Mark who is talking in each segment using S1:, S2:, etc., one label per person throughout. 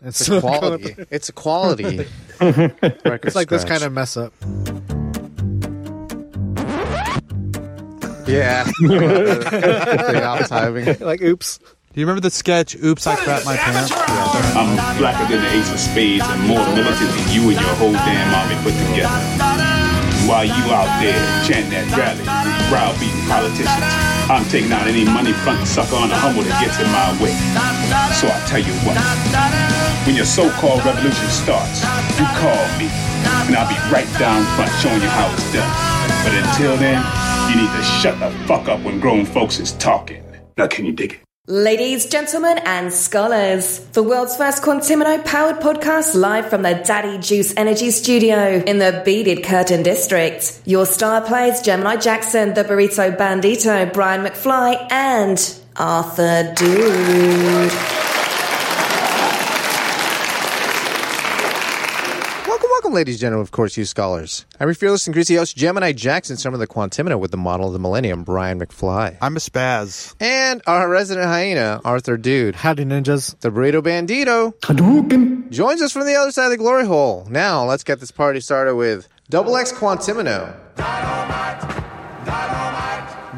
S1: It's,
S2: It's
S1: so
S2: a
S1: quality.
S2: quality. It's a quality record.
S1: It's like this
S2: scratch.
S1: kind of mess up.
S2: yeah. the ops timing.
S1: Like, oops.
S3: Do you remember the sketch? Oops, I crap my pants.
S4: I'm blacker than the ace of spades and more militant than you and your whole damn army put together. While you out there chanting at rallies and browbeating politicians, I'm taking out any money front sucker on the humble that gets in my way. So I tell you what, when your so-called revolution starts, you call me, and I'll be right down front showing you how it's done. But until then, you need to shut the fuck up when grown folks is talking. Now can you dig it?
S5: Ladies, gentlemen, and scholars, the world's first Quantimino powered podcast live from the Daddy Juice Energy Studio in the Beaded Curtain District. Your star players Gemini Jackson, the Burrito Bandito, Brian McFly, and Arthur Dude.
S2: Welcome, welcome, ladies and gentlemen, of course, you scholars. I'm your fearless and greasy host, Gemini Jackson, son of the Quantimino with the model of the millennium, Brian McFly.
S3: I'm a spaz.
S2: And our resident hyena, Arthur Dude.
S1: Howdy, ninjas.
S2: The burrito bandito joins us from the other side of the glory hole. Now let's get this party started with Double X Quantimino.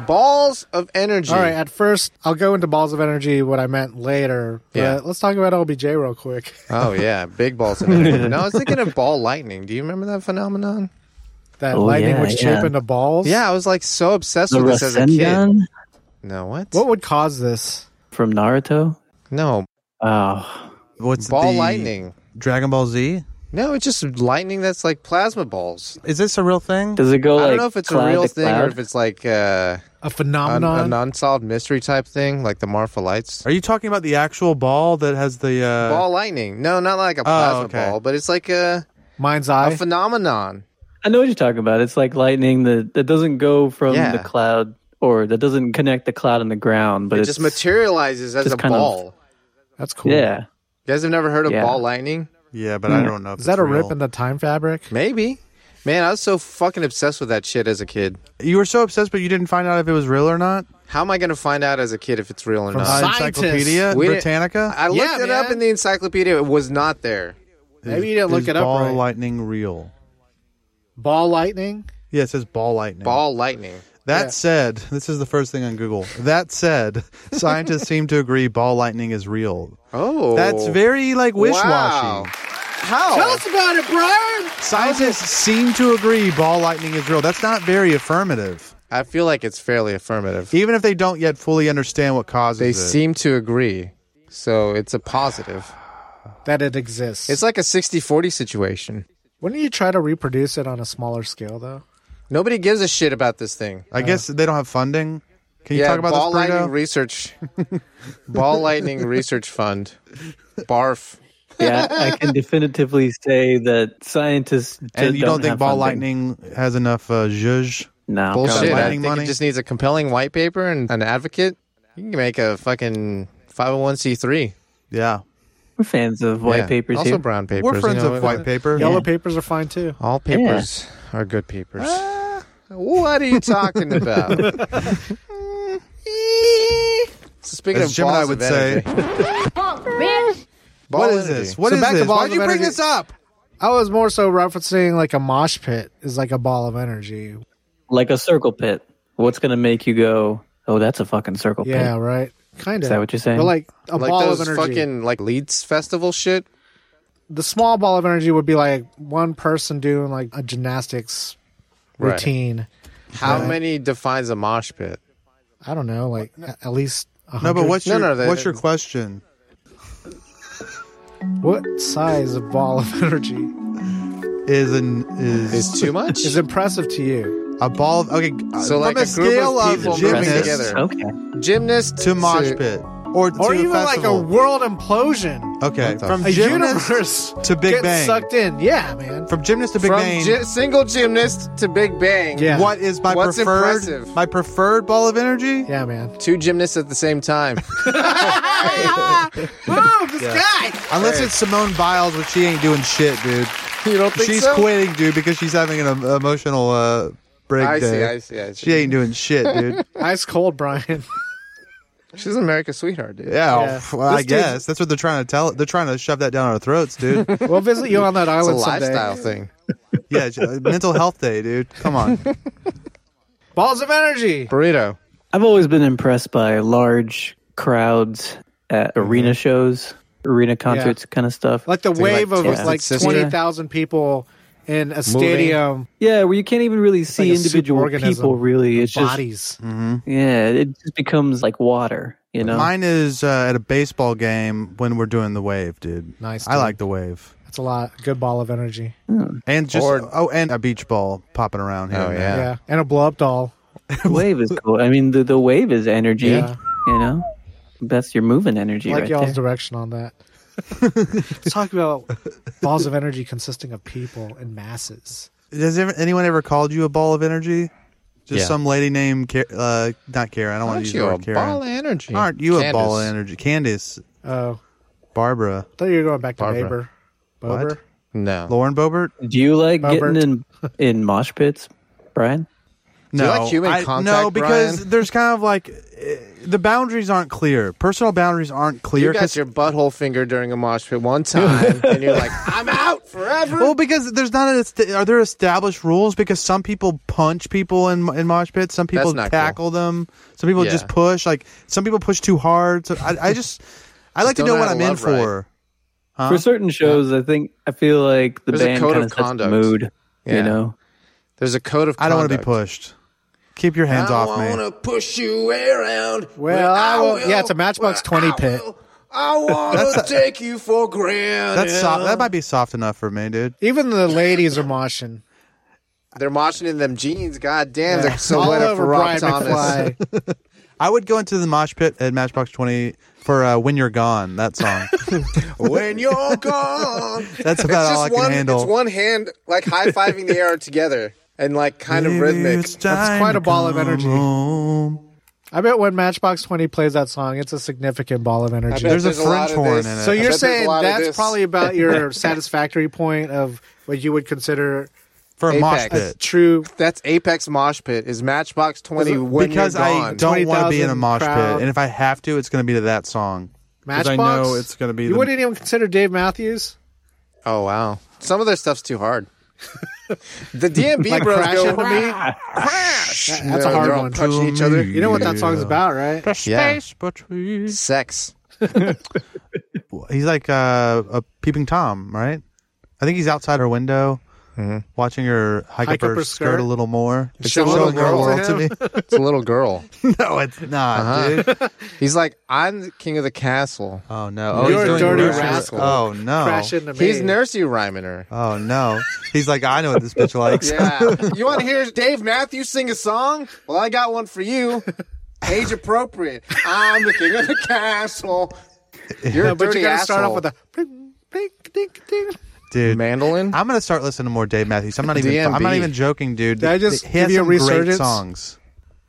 S2: Balls of energy.
S1: All right, at first, I'll go into balls of energy, what I meant later. But
S2: Yeah.
S1: Let's talk about LBJ real quick.
S2: Oh yeah, big balls of energy. no, I was thinking of ball lightning. Do you remember that phenomenon?
S1: That
S6: Oh,
S1: lightning
S6: yeah,
S1: would shape
S6: yeah.
S1: into balls.
S2: Yeah, I was like so obsessed
S6: The
S2: with this as a kid.
S6: Rasengan
S2: No, what?
S1: What would cause this?
S6: from Naruto.
S2: No,
S6: Oh,
S3: What's
S2: ball
S3: the
S2: lightning.
S3: Dragon Ball Z?
S2: No, it's just lightning that's like plasma balls.
S3: Is this a real thing?
S6: does it go
S2: I
S6: like
S2: don't know if it's a
S6: cloud
S2: real
S6: to
S2: thing or
S6: cloud?
S2: if it's like uh,
S1: A
S2: un-
S1: phenomenon?
S2: an unsolved mystery type thing, like the Marfa lights.
S3: Are you talking about the actual ball that has the uh, Oh,
S2: ball lightning. No, not like a plasma
S3: okay.
S2: ball, but it's like a,
S1: Mind's
S2: a
S1: eye?
S2: phenomenon.
S6: I know what you're talking about. It's like lightning that that doesn't go from
S2: Yeah.
S6: the cloud or that doesn't connect the cloud and the ground, but
S2: It
S6: it's
S2: just materializes as
S6: just
S2: a
S6: kind of-
S2: ball.
S1: That's cool.
S6: Yeah,
S2: You guys have never heard of
S6: Yeah.
S2: ball lightning?
S3: Yeah, but I don't know. If
S1: Hmm. Is that
S3: it's
S1: a
S3: real.
S1: rip in the time fabric?
S2: Maybe. Man, I was so fucking obsessed with that shit as a kid.
S3: You were so obsessed, but you didn't find out if it was real or not.
S2: How am I going to find out as a kid if it's real or
S1: From
S2: not?
S1: science.
S3: Uh,
S1: Scientists.
S3: Encyclopedia
S2: We didn't-
S3: Britannica.
S2: I looked
S1: Yeah,
S2: it up
S1: man.
S2: in the encyclopedia. It was not there.
S1: Maybe you didn't look
S3: is
S1: it up
S3: Ball
S1: right.
S3: lightning real.
S1: Ball lightning?
S3: Yeah, it says ball lightning.
S2: Ball lightning.
S3: That
S1: yeah.
S3: said, this is the first thing on Google. That said, scientists seem to agree ball lightning is real.
S2: Oh.
S3: That's very like wish
S2: Wow.
S3: washy.
S2: How?
S1: Tell us about it, Brian!
S3: Scientists seem to agree ball lightning is real. That's not very affirmative.
S2: I feel like it's fairly affirmative.
S3: Even if they don't yet fully understand what causes
S2: They
S3: it.
S2: seem to agree. So it's a positive.
S1: That it exists.
S2: It's like a 60 40 situation.
S1: Wouldn't you try to reproduce it on a smaller scale, though?
S2: Nobody gives a shit about this thing.
S3: I guess they don't have funding. Can you
S2: uh, yeah,
S3: talk about
S2: Ball
S3: this, Brito?
S2: Lightning Research. Ball Lightning Research Fund. Barf.
S6: yeah. I can definitively say that scientists. ju-
S3: and you don't think
S6: have
S3: ball
S6: funding.
S3: lightning has enough uh, zhuzh?
S6: No,
S2: Bullshit.
S3: Got
S2: I
S3: lightning
S2: think
S3: money?
S2: it just needs a compelling white paper and an advocate. You can make a fucking 501c3.
S3: Yeah.
S6: We're fans of white
S2: Yeah.
S6: papers
S2: Also
S6: here.
S2: brown papers.
S3: We're friends
S2: you know,
S3: of white paper.
S1: Yellow papers are fine, too.
S2: All papers are good papers. what are you talking about? so speaking
S3: As
S2: of
S3: Gemini
S2: balls
S3: would
S2: of
S3: say,
S2: energy, ball
S3: what is
S2: energy.
S3: this? What
S1: So
S3: is
S1: back to
S3: this?
S1: balls
S3: Why'd you
S1: of
S3: bring
S1: energy.
S3: this up?
S1: I was more so referencing like a mosh pit is like a ball of energy.
S6: like a circle pit. What's gonna make you go? Oh, that's a fucking circle
S1: Yeah,
S6: pit.
S1: right. Kind of.
S6: Is that what you're saying?
S1: But like a
S2: Like
S1: ball of
S2: those
S1: energy.
S2: fucking like Leeds festival shit.
S1: The small ball of energy would be like one person doing like a gymnastics
S2: Right.
S1: routine.
S2: How many defines a mosh pit?
S1: I don't know, like a- at least. a
S3: No, but
S1: hundred.
S3: what's
S2: No,
S3: your
S2: no, they-
S3: what's your question?
S1: what size of ball of energy
S3: Is an is
S2: Is too much?
S1: is impressive to you?
S3: a ball? Of, okay,
S2: So,
S3: from
S2: like,
S3: a,
S2: a group of
S3: scale of,
S2: people
S6: Press
S2: moving
S3: gymnast
S6: this.
S2: together.
S6: Okay.
S2: Gymnast
S3: to mosh pit, or to
S1: Or
S3: a
S1: even like a
S3: festival.
S1: world implosion,
S3: okay
S2: What the
S3: from
S1: a
S3: gymnast
S1: universe
S3: to Big
S1: getting
S3: Bang.
S1: sucked in. Yeah, man.
S3: from gymnast to big
S2: From
S3: bang.
S2: gy- single gymnast to big bang.
S1: Yeah.
S3: What is my
S2: What's
S3: preferred
S2: impressive?
S3: my preferred ball of energy?
S1: Yeah, man.
S2: Two gymnasts at the same time.
S3: Oh,
S1: Boom! This guy.
S3: Unless it's Simone Biles, but she ain't doing shit, dude.
S2: you don't think
S3: She's
S2: so?
S3: quitting, dude, because she's having an um, emotional uh, breakdown.
S2: I see, I see, I see.
S3: She ain't doing shit, dude.
S1: Ice cold, Brian.
S2: She's America's sweetheart, dude.
S3: Yeah,
S1: Yeah.
S3: well, I
S1: This dude's-
S3: guess that's what they're trying to tell. They're trying to shove that down our throats, dude.
S1: We'll visit you on that
S2: It's a
S1: island someday.
S2: lifestyle thing.
S3: yeah, j- uh, mental health day, dude. Come on.
S1: Balls of energy.
S2: Burrito.
S6: I've always been impressed by large crowds at arena shows, arena concerts, kind of stuff.
S1: Mm-hmm. Like the
S2: Dude, like
S1: wave of
S2: Twisted
S1: like
S2: Sister.
S1: twenty thousand people in a stadium.
S6: yeah, where you can't even really see
S1: a
S6: individual
S1: superorganism.
S6: people. Really, it's just
S1: Bodies.
S2: Mm.
S6: yeah, it just becomes like water. You know,
S3: Mine is uh, at a baseball game when we're doing the wave, dude.
S1: Nice,
S3: I
S1: dude.
S3: like the wave.
S1: That's a lot. Good ball of energy.
S3: And just
S2: Or-
S3: oh, and a beach ball popping around here.
S2: Oh,
S3: and there.
S2: yeah.
S1: Yeah. And a blow up doll.
S6: the wave is cool. I mean, the the wave is energy.
S1: Yeah.
S6: You know, that's your moving energy
S1: I like
S6: right
S1: y'all's
S6: there.
S1: direction on that. Let's talk about balls of energy consisting of people and masses.
S3: Has ever, anyone ever called you a ball of energy? Just
S2: Yeah.
S3: some lady named Car- uh, not Karen. I don't want
S2: Aren't
S3: to use
S2: you
S3: the
S2: a
S3: word Karen.
S2: ball of energy?
S3: Aren't you a ball of
S2: Candace.
S3: energy? Candace,
S1: Oh,
S3: Barbara,
S1: I thought you were going back to
S2: Barbara.
S1: Barbara. Bober.
S3: What?
S2: No.
S3: Lauren Bobert.
S6: Do you like
S1: Robert.
S6: getting in in mosh pits, Brian?
S3: No,
S2: you like human
S3: No,
S2: contact,
S3: because
S2: Brian?
S3: there's kind of like eh, the boundaries aren't clear. Personal boundaries aren't clear.
S2: You got
S3: 'cause-
S2: your butthole finger during a mosh pit one time, and you're like, I'm out forever.
S3: well, because there's not an est- are there established rules? Because some people punch people in in mosh pits, some people
S2: not cool.
S3: tackle them, some people
S2: Yeah.
S3: just push. Like some people push too hard. So I, I just I like to
S2: don't
S3: know
S2: know
S3: what
S2: how
S3: I'm
S2: to
S3: in
S2: love right.
S3: for.
S6: For certain shows, I think I feel like the
S2: There's a
S6: band
S2: code
S6: kind
S2: of
S6: of sets the
S2: conduct.
S6: mood.
S2: Yeah.
S6: You know,
S2: There's a code of
S3: I don't want to be
S2: conduct.
S3: pushed. Keep your hands off me.
S2: to push you around.
S1: Well, I will- yeah, it's a Matchbox 20 pit.
S2: I want to
S3: That's
S2: take you for granted.
S3: That's soft. That might be soft enough for me, dude.
S1: Even the ladies are moshing.
S2: They're moshing in them jeans. God damn, they're so
S1: All
S2: wet up
S1: over
S2: for Rob
S1: Brian
S2: Thomas.
S1: McFly.
S3: I would go into the mosh pit at Matchbox Twenty for uh, "When You're Gone." That song.
S2: when you're gone.
S3: That's about all I can
S2: one,
S3: handle.
S2: It's one hand like high fiving the air together and like kind of rhythmic.
S1: That's quite a ball of energy.
S3: Home.
S1: I bet when Matchbox 20 plays that song, it's a significant ball of
S2: I bet
S1: energy.
S3: There's a
S2: lot
S3: French
S2: of
S3: horn
S2: this.
S3: in it.
S1: So
S2: I bet
S1: you're
S2: there's a
S1: saying
S2: lot of
S1: that's
S2: this.
S1: probably about your satisfactory point of what you would consider
S3: for a mosh
S2: Apex.
S1: a
S3: pit
S1: true
S2: that's Apex Mosh Pit is Matchbox Twenty when
S3: because
S2: you're gone.
S3: I don't want to be in a
S1: 20,000
S3: mosh
S1: crowd.
S3: pit, and if I have to, it's going to be to that song. 'Cause
S1: Matchbox.
S3: I know it's going to be.
S1: You
S3: the-
S1: wouldn't even consider Dave Matthews.
S2: Oh wow, some of their stuff's too hard. the DMB bros
S1: Crash
S2: go
S1: and the Beat?
S2: crash.
S1: that's a
S2: They're-
S1: hard
S2: they're all
S1: one.
S2: Punching each other.
S1: You know what that song's about, right?
S2: Yeah.
S3: Space between.
S2: Sex.
S3: He's like uh, a peeping tom, right? I think he's outside her window,
S2: Mm-hmm.
S3: watching her hike, up her, skirt. a little more. It's
S2: a little girl to
S3: me.
S2: It's a little girl.
S3: no, it's not,
S2: Uh-huh.
S3: dude.
S2: He's like, I'm the king of the castle.
S3: Oh no, oh, he's
S1: You're a
S3: doing
S1: dirty
S3: nursery-
S1: rascal.
S3: Oh no,
S1: Crash into me.
S2: He's nursery rhyming her.
S3: oh no. He's like, I know what this bitch likes.
S2: Yeah. you want to hear Dave Matthews sing a song? Well, I got one for you. Age appropriate. I'm the king of the castle. You're a
S1: But
S2: dirty
S1: you gotta
S2: asshole.
S1: start off with a bing, bing, ding, ding.
S3: dude.
S2: mandolin.
S3: I'm gonna start listening to more Dave Matthews. I'm not even. I'm not
S2: DMB.
S3: even joking, dude.
S1: Did I just
S3: he has
S1: give you a
S3: some great
S1: resurgence?
S3: songs.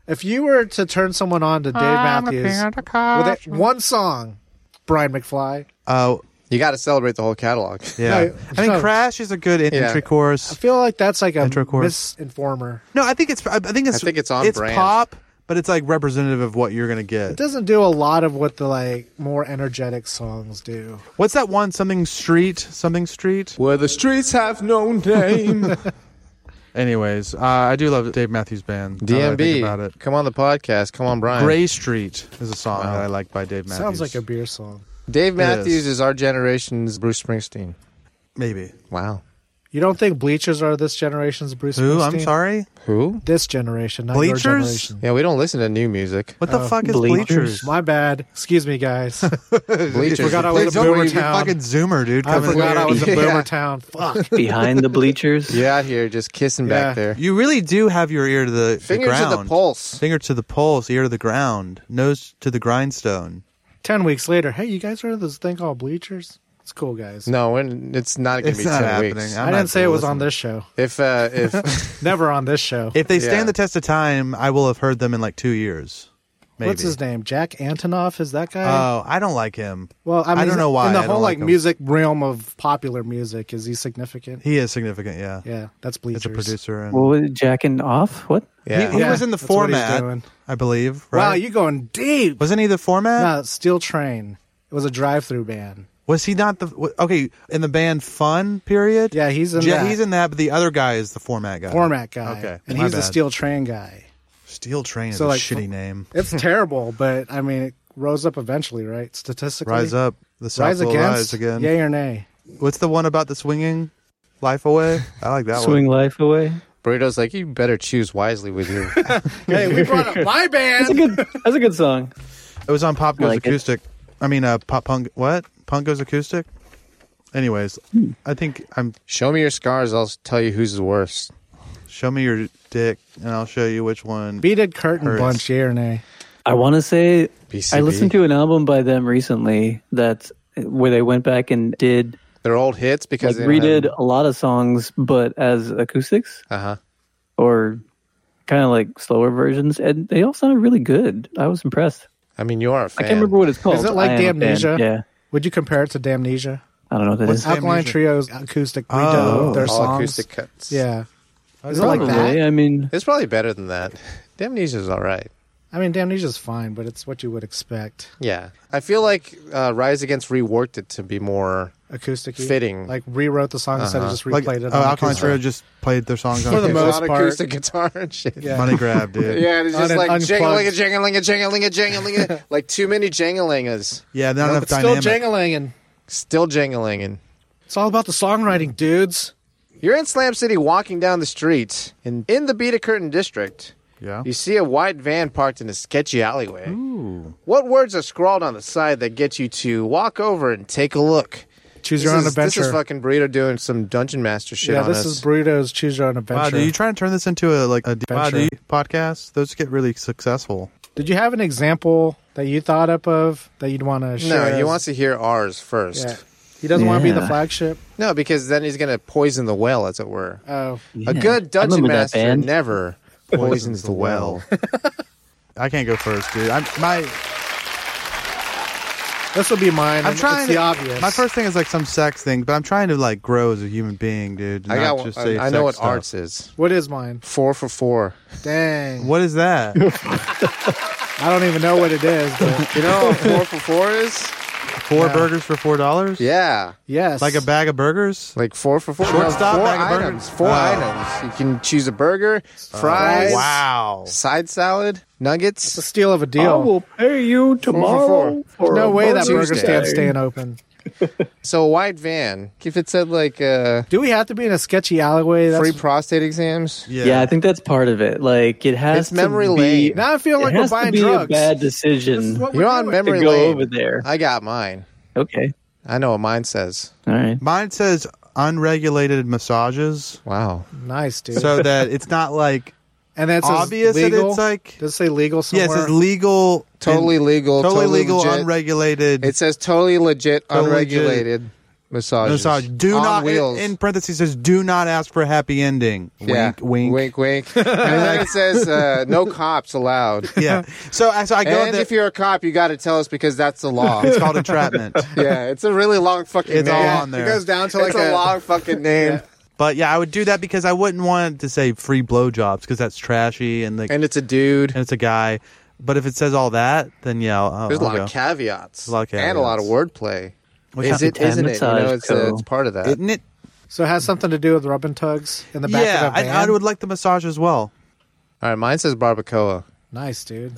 S1: If you were to turn someone on to Dave Matthews with a, one song, Brian McFly.
S3: Oh
S2: You got to celebrate the whole catalog.
S3: yeah.
S1: No,
S3: I mean,
S1: no.
S3: Crash is a good in-
S2: Yeah.
S3: entry
S1: I
S3: course.
S1: feel like that's like a
S3: Intro chorus.
S1: misinformer.
S3: No, I think it's. I I think it's.
S2: I think it's on
S3: It's
S2: brand.
S3: pop, but it's like representative of what you're gonna
S1: It
S3: get.
S1: doesn't do a lot of what the like more energetic songs do.
S3: What's that one? Something street. Something street.
S2: Where the streets have no name.
S3: Anyways, uh, I do love Dave Matthews Band. now that I think about
S2: DMB.
S3: it.
S2: Come on the podcast. Come on, Brian.
S3: Gray Street is a song that I like by Dave Matthews.
S1: Sounds like a beer song.
S2: Dave Matthews
S3: is.
S2: is. our generation's Bruce Springsteen.
S3: maybe.
S2: Wow.
S1: You don't think bleachers are this generation's Bruce?
S3: Who? I'm
S1: Springsteen?
S3: sorry.
S2: Who?
S1: This generation, not
S3: Bleachers?
S1: your generation. Uh,
S2: Yeah, we don't listen to new music.
S3: What the fuck is
S6: Bleachers.
S3: bleachers?
S1: My bad. Excuse me, guys.
S2: Bleachers.
S1: forgot I was a
S3: Don't worry,
S1: boomer
S3: you
S1: town.
S3: fucking zoomer, dude.
S1: I
S3: coming
S1: forgot I
S3: here.
S1: was a
S2: Yeah.
S1: boomer town. Fuck.
S6: behind the bleachers.
S2: You're out here just kissing back
S1: Yeah.
S2: there.
S3: You really do have your ear to the the
S2: Fingers to the
S3: ground.
S2: pulse.
S3: Finger to the pulse, ear to the ground, nose to the grindstone.
S1: Ten weeks later, hey, you guys heard of this thing called bleachers? It's cool, guys.
S2: No, when- it's not going to
S3: It's
S2: be
S3: not
S2: 10
S3: happening.
S2: weeks.
S3: I'm
S1: I
S3: not
S1: didn't say it was on
S3: listening.
S1: this show.
S2: If uh, if
S1: Never on this show.
S3: If they
S2: Yeah.
S3: stand the test of time, I will have heard them in like two years,
S1: What's his name? Jack Antonoff is that
S3: Oh,
S1: guy?
S3: I don't like him.
S1: well, I, mean,
S3: I don't know why.
S1: In the
S3: I
S1: whole
S3: don't
S1: like,
S3: like him.
S1: music realm of popular music, is he significant?
S3: He is significant. Yeah,
S1: yeah, that's
S3: he's
S1: Bleachers.
S3: a producer. And,
S6: What was it, jacking off? What?
S3: he, he
S1: Yeah,
S3: was in the
S1: that's what he's
S3: format,
S1: doing.
S3: I believe. Right?
S1: Wow, you going deep?
S3: wasn't he the format?
S1: No, Steel Train. It was a drive-through band.
S3: Was he not the w- okay in the band Fun period?
S1: Yeah, he's in
S3: yeah,
S1: that.
S3: he's in that. But the other guy is the format guy.
S1: Format guy.
S3: Okay,
S1: and
S3: my
S1: he's the
S3: bad.
S1: Steel Train guy.
S3: Steel Train is
S1: So,
S3: a
S1: like,
S3: shitty
S1: f-
S3: name.
S1: It's terrible, but I mean, it rose up eventually, right? Statistically,
S3: Rise up, the South
S1: rise
S3: will
S1: against,
S3: rise again.
S1: yay or nay?
S3: What's the one about the swinging life away? I like that
S6: Swing
S3: one.
S6: life away.
S2: Burrito's like, you better choose wisely with your.
S1: Hey, we brought up my band.
S6: That's a good. That's a good song.
S3: It was on Pop Goes
S6: Like it.
S3: Acoustic. I mean, uh, Pop Punk. What Punk Goes Acoustic? Anyways,
S1: Hmm.
S3: I think um, I'm.
S2: Show me your scars. I'll tell you who's the worst.
S3: Show me your dick, and I'll show you which one.
S1: Beaded curtain
S3: Hurts.
S1: bunch, yay or nay?
S6: I want to say
S2: PCB.
S6: I listened to an album by them recently that's where they went back and did
S2: They're old hits because
S6: like
S2: they
S6: redid a lot of songs, but as acoustics
S2: Uh
S1: Uh-huh.
S2: huh.
S6: or kind of like slower versions, and they all sounded really good. I was impressed.
S2: I mean, you are a
S6: I
S2: fan.
S6: can't remember what it's called.
S1: Is it like
S6: I am a fan.
S1: Damnesia?
S6: Yeah,
S1: Would you compare it to Damnesia?
S6: I don't know what that is.
S3: Damnesia?
S1: Alkaline Trio's acoustic redo
S3: Oh.
S1: of their
S2: all
S1: songs.
S2: acoustic cuts.
S1: Yeah. Is it like
S6: Probably.
S1: that?
S6: I mean,
S2: It's probably better than that. Damnesia's all right.
S1: I mean, Damnesia's fine, but it's what you would expect.
S2: Yeah. I feel like uh, Rise Against reworked it to be more.
S1: Acoustic
S2: Fitting.
S1: Like rewrote the song instead of just replayed
S3: like,
S1: it.
S3: oh,
S1: on
S3: Alkaline
S1: acoustic.
S3: Trio just played their songs on
S1: For the
S3: acoustic.
S1: most
S2: not
S1: part.
S2: acoustic guitar and shit.
S1: Yeah.
S3: money grab, dude.
S2: Yeah, and it's
S1: On
S2: just
S1: an
S2: like
S1: unplugged-
S2: jangling a jangling a jangling a jangling a like too many jangalingas.
S3: yeah, not enough
S1: It's still
S3: dynamic.
S1: jangling and
S2: Still jangling and
S1: it's all about the songwriting, dudes.
S2: you're in Slam City walking down the street and in the Beta Curtain district.
S3: yeah,
S2: You see a white van parked in a sketchy alleyway. What words are scrawled on the side that get you to walk over and take a look?
S1: Choose
S2: This
S1: your own
S2: is, this
S1: adventure.
S2: is fucking burrito doing some dungeon master shit
S1: yeah,
S2: on
S1: this
S2: us.
S1: is Burrito's Choose Your Own
S3: Wow,
S1: Adventure.
S3: dude, you trying to turn this into a like a d- wow,
S1: Adventure.
S3: dude, podcast? Those get really successful.
S1: Did you have an example that you thought up of that you'd want to share?
S2: no, he
S1: as-
S2: wants to hear ours first.
S1: Yeah. He doesn't want to be the
S6: Yeah.
S1: flagship.
S2: No, because then he's gonna poison the well, as it were.
S1: Oh,
S2: A good
S6: I
S2: dungeon
S6: remember that
S2: master
S6: band.
S2: never poisons the well.
S3: I can't go first, dude. I'm my.
S1: this will be mine.
S3: I'm
S1: and
S3: trying
S1: It's
S3: to,
S1: the obvious.
S3: My first thing is like some sex thing, but I'm trying to like grow as a human being, dude.
S2: I
S3: not
S2: got.
S3: just
S2: one.
S3: say
S2: I know
S3: sex
S2: what
S3: stuff.
S2: arts is.
S1: What is mine?
S2: Four for four.
S1: Dang.
S3: What is that?
S1: I don't even know what it is. But
S2: You know what four for four is?
S3: Four burgers for four dollars?
S2: Yeah,
S1: yes.
S3: Like a bag of burgers?
S2: like four for four.
S3: Shortstop,
S2: four
S3: bag of burgers?
S2: items. Four
S3: Oh.
S2: items. You can choose a burger, fries,
S3: Wow.
S2: side salad,
S1: It's a
S2: nuggets.
S1: steal of a deal.
S6: I will pay you tomorrow.
S2: four.
S6: for
S1: no
S6: a
S1: way that
S6: Burger
S1: burger
S2: Tuesday.
S1: stand's staying open.
S2: So a white van. If it said like uh,
S1: Do we have to be in a sketchy alleyway? That's,
S2: free prostate exams,
S6: Yeah. I think that's part of it. Like it has
S2: It's
S6: to
S2: memory
S6: be,
S2: lane.
S1: now I feel
S6: It
S1: like we're
S6: has to
S1: buying
S6: be a
S1: drugs.
S6: bad
S1: This is
S6: decision
S1: what
S2: you're
S1: we're
S2: on
S1: doing.
S6: to
S2: memory
S6: go
S2: lane.
S6: over there.
S2: I got mine.
S6: Okay,
S2: I know what mine says.
S6: all right.
S3: Mine says unregulated massages.
S2: Wow.
S1: Nice, dude.
S3: So that it's not like
S1: and then it says
S3: obvious that
S1: legal.
S3: it's like
S1: Does it say legal somewhere?
S3: Yeah, it says legal
S2: Totally
S3: and-
S2: legal.
S3: Totally, legal,
S2: legit.
S3: unregulated
S2: It says totally legit,
S3: Totally
S2: unregulated massages.
S3: massage. Do
S2: on
S3: not
S2: wheels.
S3: in parentheses says do not ask for a happy ending.
S2: yeah.
S3: Wink wink.
S2: wink, wink. and then it says uh, no cops allowed.
S3: Yeah. So I so I go
S2: And
S3: there-
S2: if you're a cop, you got to tell us because that's the law.
S3: it's called entrapment.
S2: yeah, it's a really long fucking
S3: It's
S2: name.
S3: all on
S1: It
S3: there.
S1: goes down to like
S2: it's a, long fucking name,
S3: But yeah, I would do that because I wouldn't want to say free blowjobs because that's trashy and like and,
S2: and it's a dude.
S3: it's a guy. But if it says all that, then yeah, I'll, I'll
S2: There's a lot
S3: go.
S2: of caveats,
S3: a lot of
S2: and a lot of wordplay.
S3: What
S2: Is
S3: kind-
S2: it? Isn't it? You know,
S6: Massage
S2: it's, uh,
S6: Co.
S2: it's part of that.
S3: Isn't it?
S1: So it has something to do with rub and tugs in the back
S3: yeah,
S1: of the van.
S3: I, I would like the massage as well.
S2: All right, mine says barbacoa.
S1: Nice, dude.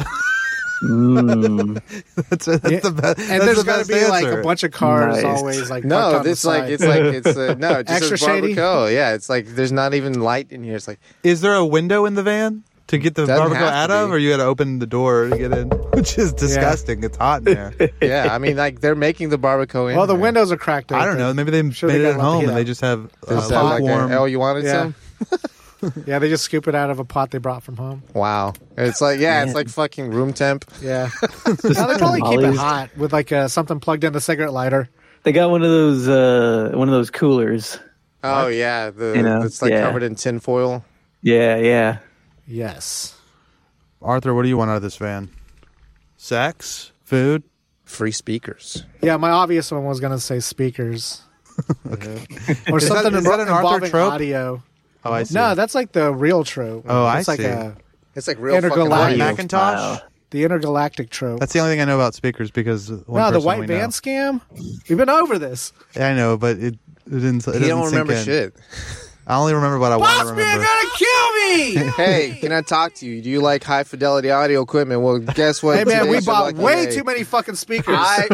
S6: Mm.
S3: That's, that's
S1: Yeah.
S3: the best.
S1: And
S3: that's
S1: there's
S3: the
S1: got
S3: best
S1: to be like a
S3: answer.
S1: bunch of cars
S6: Nice.
S1: always like parked
S2: No,
S1: on the
S2: it's like
S1: side.
S2: it's like it's uh, no, it just
S1: Extra
S2: says
S1: shady?
S2: barbacoa. Yeah, it's like there's not even light in here. It's like
S3: Is there a window in the van to get the
S2: Doesn't
S3: barbacoa
S2: have to
S3: out of,
S2: be.
S3: or you got to open the door to get in? Which is disgusting. It's hot in there.
S2: yeah, I mean like they're making the barbacoa. In
S1: well, the
S2: there.
S1: windows are cracked. Open.
S3: I don't know. Maybe they
S1: Sure they
S3: made it
S1: got
S3: at
S1: a lot of
S3: home
S1: heat
S3: and they
S1: up.
S3: just have
S2: Is
S3: uh,
S2: that like
S3: lukewarm.
S2: a, oh, you wanted
S1: Yeah.
S2: some?
S1: Yeah, they just scoop it out of a pot they brought from home.
S2: Wow, it's like yeah, it's like fucking room temp.
S1: Yeah, now, they probably keep it
S6: Tamales.
S1: hot with like uh, something plugged in the cigarette lighter.
S6: They got one of those uh, one of those coolers.
S2: Oh yeah, the,
S6: You know,
S2: it's like
S6: yeah.
S2: covered in tin foil.
S6: Yeah, yeah.
S1: Yes,
S3: Arthur, what do you want out of this van? sex, food.
S2: Free speakers.
S1: Yeah, my obvious one was gonna say speakers. Or
S3: Is that-
S1: something
S3: is that an Arthur
S1: involving
S3: trope?
S1: audio.
S3: Oh, I see.
S1: No, that's like the real trope.
S3: Oh, I
S1: It's like
S3: see.
S1: A,
S7: It's like real fucking
S1: Intergalactic.
S3: Black
S7: audio.
S3: Macintosh.
S6: Wow.
S1: the intergalactic trope.
S3: That's the only thing I know about speakers because one
S1: no, the
S3: person
S1: white
S3: we
S1: van scam. We've been over this.
S3: Know. Yeah, I know, but it, it didn't. It
S2: You
S3: doesn't
S2: don't
S3: sink
S2: remember
S3: in.
S2: shit.
S3: I only remember what I want to remember.
S1: kill me.
S2: Hey, can I talk to you? Do you like high fidelity audio equipment? Well, guess what?
S1: hey man,
S2: Today's
S1: we
S2: your
S1: bought
S2: lucky
S1: way
S2: day.
S1: too many fucking speakers.
S2: I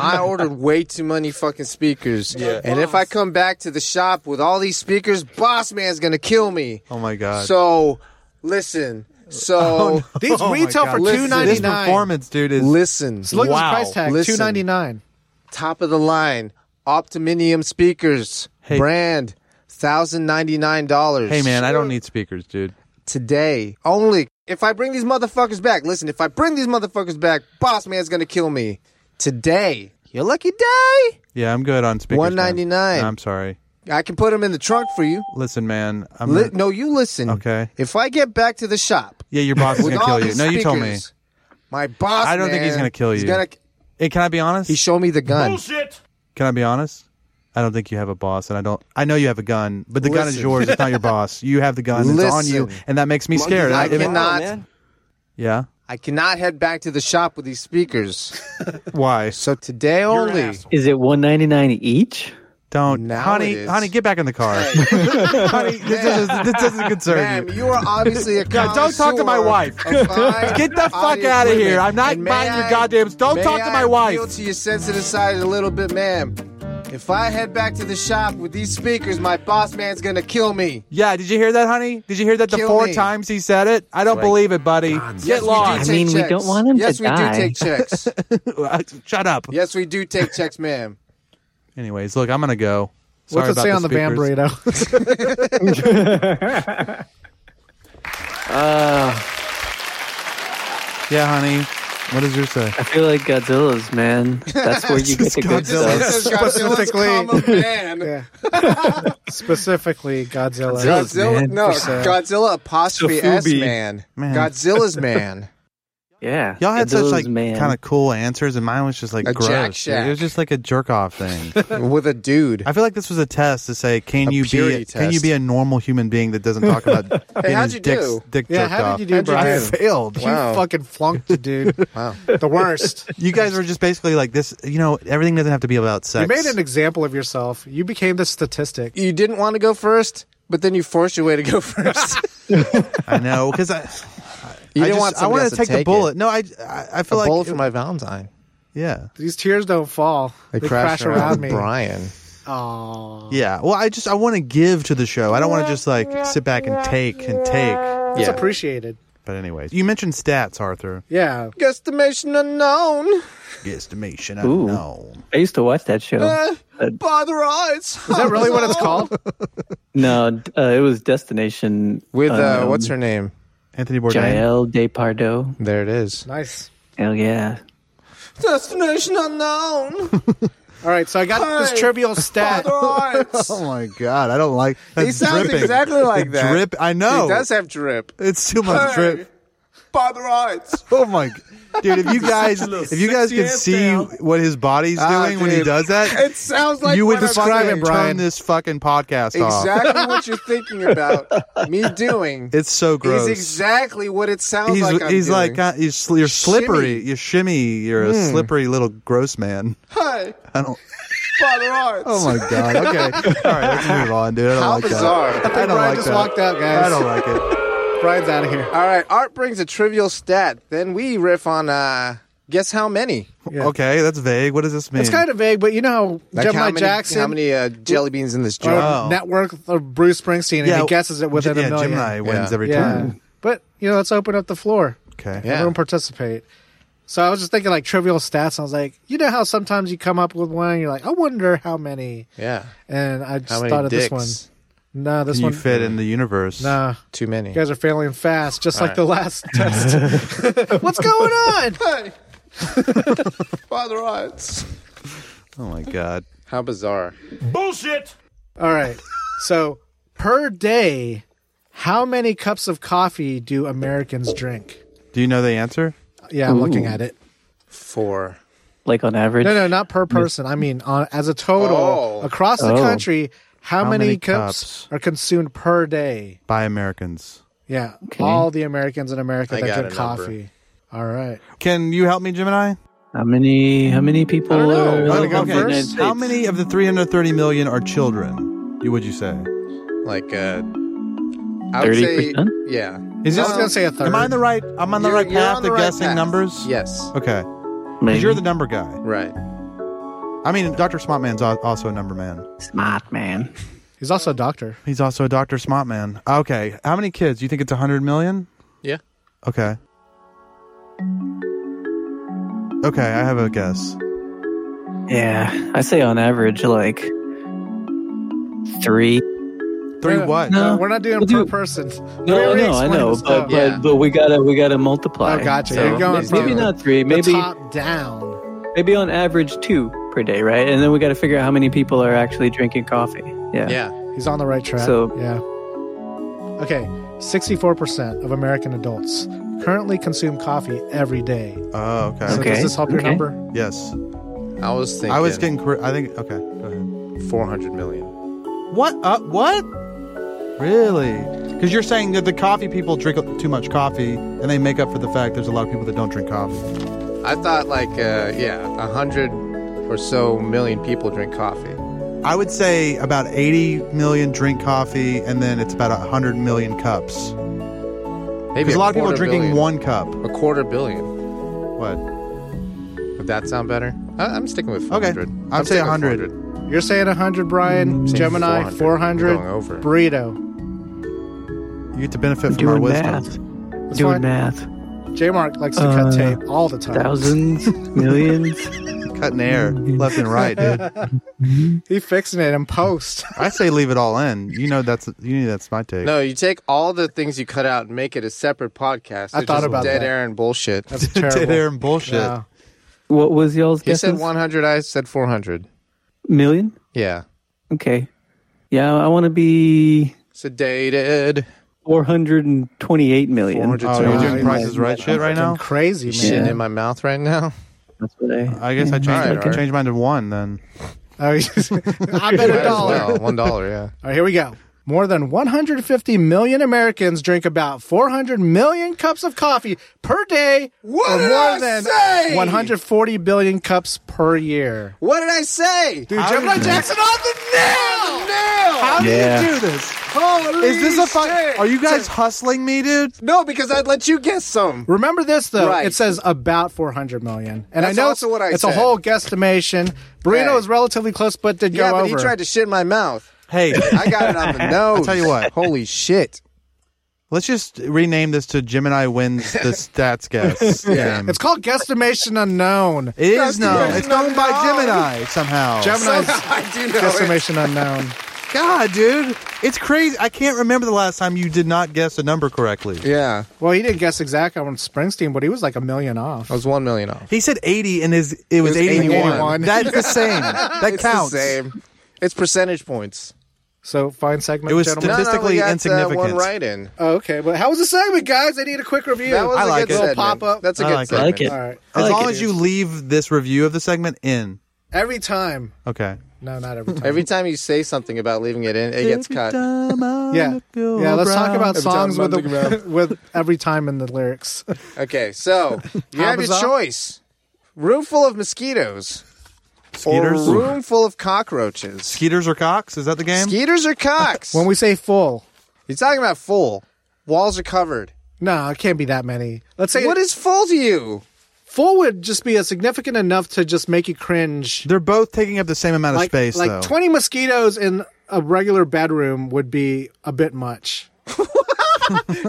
S2: I ordered way too many fucking speakers. And if I come back to the shop with all these speakers, boss man's gonna kill me.
S3: Oh my god!
S2: So listen. So
S1: These
S3: Oh my
S1: retail
S3: God.
S1: for
S2: Listen,
S1: two
S3: this
S1: ninety nine.
S3: performance, dude, is
S2: listen.
S1: Look at this price
S2: Wow.
S1: tag,
S2: Listen.
S1: two ninety nine.
S2: Top of the line. Optiminium speakers.
S3: Hey.
S2: Brand. Thousand ninety nine dollars.
S3: Hey man, I don't need speakers, dude.
S2: today only. If I bring these motherfuckers back, listen. If I bring these motherfuckers back, boss man's gonna kill me today. Your lucky day.
S3: Yeah, I'm good on speakers. man.
S2: $1.99.
S3: No, I'm sorry.
S2: I can put them in the trunk for you.
S3: Listen, man. I'm
S2: Li-
S3: not-
S2: no, you listen.
S3: Okay.
S2: If I get back to the shop
S3: Yeah, your boss is
S2: with
S3: gonna
S2: all
S3: kill you.
S2: these
S3: No, you told me.
S2: speakers, My boss.
S3: I don't think he's
S2: man,
S3: gonna kill
S2: he's
S3: you.
S2: gonna-
S3: Hey, can I be honest?
S2: he showed me the gun.
S3: Can I be honest? I don't think you have a boss, and I don't. I know you have a gun, but the gun is
S2: Listen.
S3: yours. It's not your boss. You have the gun. It's on you,
S2: Listen.
S3: and that makes me scared.
S2: I
S3: if it-
S2: cannot.
S8: man.
S3: yeah.
S2: I cannot head back to the shop with these speakers.
S3: Why?
S2: So today only.
S6: Is it one ninety nine each?
S3: Don't,
S2: Now
S3: honey,
S2: it is.
S3: honey, get back in the car. honey, this doesn't, this doesn't concern
S2: Ma'am,
S3: you.
S2: you are obviously a
S3: Yeah, don't talk to my
S2: connoisseur
S3: wife.
S2: of fine
S3: Get the fuck
S2: audio
S3: outta
S2: equipment.
S3: here. I'm not
S2: And may
S3: buying your
S2: I-
S3: goddamn- don't
S2: may
S3: talk to
S2: I
S3: my wife.
S2: appeal to your sensitive side a little bit, ma'am. If I head back to the shop with these speakers, my boss man's gonna kill me.
S3: Yeah, did you hear that, honey? Did you hear that the
S2: Kill
S3: four
S2: me.
S3: times he said it? I don't believe it, buddy. Get
S2: Yes,
S3: lost.
S6: I mean, we
S2: checks.
S6: don't want him to
S2: yes,
S6: die.
S2: we do take checks.
S3: Shut up.
S2: yes, we do take checks, ma'am.
S3: Anyways, look, I'm gonna go. Sorry
S1: What's
S3: about
S1: it say
S3: the
S1: on the van
S3: speakers.
S1: burrito?
S2: Uh.
S3: Yeah, honey. What does yours say?
S6: I feel like Godzilla's man. That's where you get the good
S3: Godzilla.
S6: stuff.
S2: This is Godzilla's
S1: Specifically-
S2: comma, man.
S1: yeah. Specifically, Godzilla.
S6: Godzilla.
S2: Godzilla,
S6: Man,
S2: no,
S1: for sale.
S2: Godzilla apostrophe S
S6: Sofubi.
S2: man.
S3: Man.
S2: Godzilla's man.
S6: Yeah,
S3: Y'all had such
S6: Godzilla's
S3: like
S6: man.
S3: kind of cool answers, and mine was just like
S2: A
S3: gross.
S2: jack
S3: dude.
S2: shack.
S3: It was just like a jerk off thing.
S2: with a dude.
S3: I feel like this was a test to say, can
S2: A
S3: you be
S2: purity
S3: can you
S2: test.
S3: be a normal human being that doesn't talk about getting
S2: how'd
S3: his
S2: you
S3: dick's-
S2: do?
S3: dick
S1: Yeah,
S3: jerked
S1: how
S3: off?
S1: did you do,
S2: How'd you
S1: Brian?
S2: do?
S1: I failed.
S2: Wow.
S1: You fucking flunked, it, dude.
S2: Wow.
S1: The worst.
S3: You guys were just basically like this. You know, everything doesn't have to be about sex.
S1: You made an example of yourself. You became the statistic.
S2: you didn't want to go first, but then you forced your way to go first.
S3: I know because I.
S2: you
S3: I
S2: didn't
S3: just-
S2: want.
S3: I
S2: somebody
S3: wanted
S2: else
S3: to take,
S2: take
S3: the bullet. No, I. I, I
S2: It. A
S3: feel like.
S2: bullet for
S3: it-
S2: my Valentine.
S3: yeah.
S1: These tears don't fall. They, crash, around, me.
S2: Brian. Oh.
S1: Aw.
S3: Yeah. Well, I just I want to give to the show. I don't want to just like sit back and take and take.
S1: It's
S2: Yeah.
S1: appreciated.
S3: But anyways, you mentioned stats, Arthur.
S1: Yeah.
S2: Guesstimation unknown.
S3: Guesstimation
S6: Ooh.
S3: unknown.
S6: I used to watch that show.
S2: Uh,
S6: Uh,
S2: by the rights.
S1: Is that really what it's called?
S6: no, d- uh, it was Destination
S2: With uh,
S6: um,
S2: what's her name?
S3: Anthony Bourdain.
S6: Jael Depardo.
S2: There it is.
S1: Nice.
S6: Hell yeah.
S2: Destination unknown.
S1: All right, so I got
S2: Hi.
S1: this trivial stat.
S2: rights.
S3: Oh my god, I don't like. That's
S2: he sounds
S3: dripping.
S2: exactly like that.
S3: Drip. I know.
S2: He does have drip.
S3: It's too much
S2: Hey.
S3: drip.
S2: By the rights.
S3: Oh my g- dude! If you guys, if you guys can see what his body's doing
S2: Ah,
S3: when he
S2: dude.
S3: does that,
S2: It sounds like
S3: you would
S2: what I'm
S3: describe
S2: saying.
S3: it, Brian. Turn this fucking podcast off.
S2: Exactly what you're thinking about me doing.
S3: It's so gross.
S2: is exactly what it
S1: oh
S2: sounds
S3: he's
S2: like. I'm
S3: he's
S2: doing.
S3: like uh, he's, sl- you're slippery.
S2: Shimmy.
S3: You're shimmy. You're
S1: Hmm.
S3: a slippery little gross man.
S2: hey,
S3: I don't.
S2: Father Arts.
S3: uh, Oh my god. Okay. All right. Let's move on, dude. I don't
S2: How
S3: like
S2: bizarre.
S3: that. I don't
S1: Brian
S3: like
S1: just
S3: that.
S1: walked out, guys.
S3: I don't like it.
S1: Brian's out of here.
S2: All right, Art brings a trivial stat. Then we riff on uh, guess how many?
S1: Yeah.
S3: Okay, that's vague. What does this mean?
S1: It's kind of vague, but you know,
S2: Like
S1: Gemini
S2: how many,
S1: Jackson,
S2: How many uh, jelly beans in this
S1: or
S2: jar?
S3: Oh.
S1: network of Bruce Springsteen, and he guesses it within
S3: yeah,
S1: a million.
S3: Gemini wins
S2: Yeah.
S3: every
S1: yeah.
S3: time.
S1: But, you know, let's open up the floor.
S3: Okay.
S2: Yeah.
S1: Everyone participate. So I was just thinking like trivial stats. And I was like, you know how sometimes you come up with one and you're like, I wonder how many.
S2: yeah.
S1: And I
S2: How
S1: just
S2: many
S1: thought of
S2: dicks?
S1: this one. No, this
S3: Can you
S1: one.
S3: fit in the universe?
S1: Nah,
S2: Too many.
S1: you guys are failing fast, just like the last test. What's going on?
S2: Hey, Father Arts.
S3: Oh my god.
S2: How bizarre.
S1: All right. So per day, how many cups of coffee do Americans drink?
S3: Do you know the answer?
S1: Yeah, I'm looking at it.
S2: Four.
S6: Like on average.
S1: No, no, not per person. I mean, on, as a total
S2: Oh.
S1: across the
S6: Oh.
S1: country, how,
S3: How
S1: many,
S3: many
S1: cups,
S3: cups?
S1: are consumed per day?
S3: by Americans.
S1: Yeah,
S6: Okay.
S1: all the Americans in America
S2: I
S1: that
S2: got
S1: drink
S2: a number.
S1: coffee. All right,
S3: Can you help me, Gemini?
S6: How many? How many people?
S1: don't know.
S6: Are
S1: You wanna
S6: living
S1: go
S6: in the United
S1: first?
S6: States?
S3: How many of the 330 million are children? You would you say?
S2: Like uh, I would say
S6: 30%?
S2: yeah.
S3: Is
S1: I was gonna say a third.
S3: Am I on the right? I'm on the
S2: You're-
S3: right
S2: you're
S3: path
S2: on
S3: of
S2: the right
S3: guessing
S2: path.
S3: numbers.
S2: Yes.
S3: Okay.
S6: Maybe.
S3: Because you're the number guy.
S2: Right.
S3: I mean, Doctor Smartman's al- also a number man.
S6: smart man.
S1: He's also a doctor.
S3: He's also a Doctor Smartman. Okay. How many kids? You think it's 100 million?
S2: Yeah.
S3: Okay. Okay, I have a guess.
S6: Yeah, I say on average like three.
S3: Three
S1: No,
S3: what?
S6: No.
S1: Uh, we're not doing
S6: We'll
S1: per
S6: do-
S1: person.
S6: No, no, I know, but,
S1: yeah.
S2: Yeah.
S6: but but we gotta we gotta multiply.
S1: Oh, gotcha. You're going
S6: maybe
S1: from
S6: not three.
S1: the
S6: Maybe
S1: top down.
S6: maybe on average two per day, right? And then we gotta figure out how many people are actually drinking coffee. Yeah.
S2: Yeah.
S1: He's on the right track.
S6: So-
S1: yeah. Okay, sixty-four percent of American adults currently consume coffee every day.
S3: Oh, okay.
S1: So
S6: Okay.
S1: does this help your
S6: okay.
S1: number?
S3: Yes.
S2: I was thinking.
S3: I was getting. cor- I think. Okay. Go ahead.
S2: four hundred million.
S3: What? Uh, what? Really? Because you're saying that the coffee people drink too much coffee, and they make up for the fact there's a lot of people that don't drink coffee.
S2: I thought like uh, yeah, a hundred or so million people drink coffee.
S3: I would say about 80 million drink coffee, and then it's about 100 million cups.
S2: Maybe
S3: Because a lot of people
S2: quarter
S3: are drinking
S2: billion.
S3: one cup.
S2: a quarter billion.
S3: What?
S2: Would that sound better? I, I'm sticking with
S3: Okay.
S2: 400.
S3: I'd
S2: I'm
S3: say
S2: sticking with
S3: 100.
S2: 400.
S1: You're saying hundred, Brian.
S6: Mm,
S2: saying
S1: Gemini
S2: 400.
S1: four hundred.
S2: Going over.
S1: Burrito.
S3: You get to benefit from our
S6: Doing
S3: wisdom.
S6: math.
S1: That's
S6: Doing
S1: fine.
S6: math.
S1: J Mark likes to cut
S6: Uh,
S1: tape all the time.
S6: Thousands, millions.
S3: Cutting air left and right, dude.
S1: He fixing it in post.
S3: I say leave it all in. You know that's you know that's my take.
S2: No, you take all the things you cut out and make it a separate podcast.
S1: I
S2: It's
S1: thought
S2: just
S1: about
S2: dead
S1: that.
S2: air and bullshit.
S1: That's terrible.
S3: Dead air and bullshit.
S1: Yeah.
S6: What was y'all's
S2: He
S6: guess?
S2: said 100. I said 400.
S6: Million.
S2: Yeah.
S6: Okay. Yeah, I want to be
S2: Sedated.
S6: 428 million.
S2: 400
S3: Oh, you're
S1: Yeah,
S3: doing
S1: I
S3: Price
S1: know.
S3: is Right shit right
S1: Fucking
S3: now.
S1: Crazy
S2: Shit
S1: man.
S2: in my mouth right now.
S6: That's what I.
S3: I guess I changed
S2: Alright,
S3: I
S2: alright.
S3: changed mine to one then.
S1: Oh, he's- I bet
S2: Might
S1: a
S2: as
S1: dollar.
S2: well. One dollar. Yeah.
S1: All right, here we go. More than 150 million Americans drink about 400 million cups of coffee per day,
S2: What
S1: or
S2: did
S1: more
S2: I
S1: than
S2: say?
S1: 140 billion cups per year.
S2: What did I say?
S1: Dude, Gemini Jackson on the nail!
S2: Now!
S1: How do
S6: Yeah.
S1: you do this?
S2: Holy
S3: Is this a fuck?
S2: shit.
S3: Are you guys hustling me, dude?
S2: No, because I'd let you guess some.
S1: Remember this though.
S2: Right.
S1: It says about 400 million, and I
S2: That's
S1: know
S2: also
S1: it's,
S2: what I
S1: it's a
S2: said.
S1: whole guesstimation. Burrito
S2: Okay.
S1: is relatively close, but did
S2: Yeah,
S1: go
S2: but
S1: over.
S2: he tried to shit in my mouth.
S3: Hey,
S2: I got it on the nose.
S3: tell you what.
S2: Holy shit.
S3: let's just rename this to Gemini wins the stats guess. game.
S1: It's called guesstimation unknown.
S3: It is no.
S2: Guesstimation
S3: It's known by
S2: unknown.
S3: Gemini somehow.
S1: Gemini's
S2: I do know it.
S1: guesstimation unknown.
S3: God, dude, it's crazy. I can't remember the last time you did not guess a number correctly.
S2: Yeah.
S1: Well, he didn't guess exact on Springsteen, but he was like a million off.
S2: I was one million off.
S3: He said eighty, and his it
S2: was
S3: was, 81.
S1: 81.
S3: That's the same. That
S2: It's
S3: counts.
S2: the same. It's percentage points.
S1: So fine segment.
S3: It was
S1: gentlemen.
S2: No, no,
S3: Statistically
S2: we got, uh,
S3: insignificant.
S2: one right in.
S1: Oh, okay, but how was the segment, guys? I need a quick review.
S2: That was
S3: I
S2: a
S3: like
S2: good
S3: it.
S2: segment.
S1: Pop up.
S2: That's a
S3: I
S2: good
S3: like it.
S6: I
S2: segment.
S6: like it.
S1: All right.
S3: As
S6: I like
S3: long
S6: it.
S3: as you leave this review of the segment in,
S1: Every time.
S3: okay.
S1: No, not every time.
S2: Every time you say something about leaving it in, it gets cut.
S1: yeah, yeah. Let's talk about
S2: Every time
S1: songs with
S2: I'm
S1: the, with every time in the lyrics.
S2: Okay, so you
S1: How
S2: have your
S1: bizarre.
S2: choice: room full of mosquitoes,
S3: Skeeters?
S2: or room full of cockroaches.
S3: Skeeters or Cox? Is that the game?
S2: Skeeters or cocks?
S1: When we say full,
S2: You're talking about full. Walls are covered.
S1: no, it can't be that many. Let's say
S2: What is full to you?
S1: full would just be a significant enough to just make you cringe.
S3: They're both taking up the same amount of
S1: Like
S3: space,
S1: like
S3: though.
S1: twenty mosquitoes in a regular bedroom would be a bit much.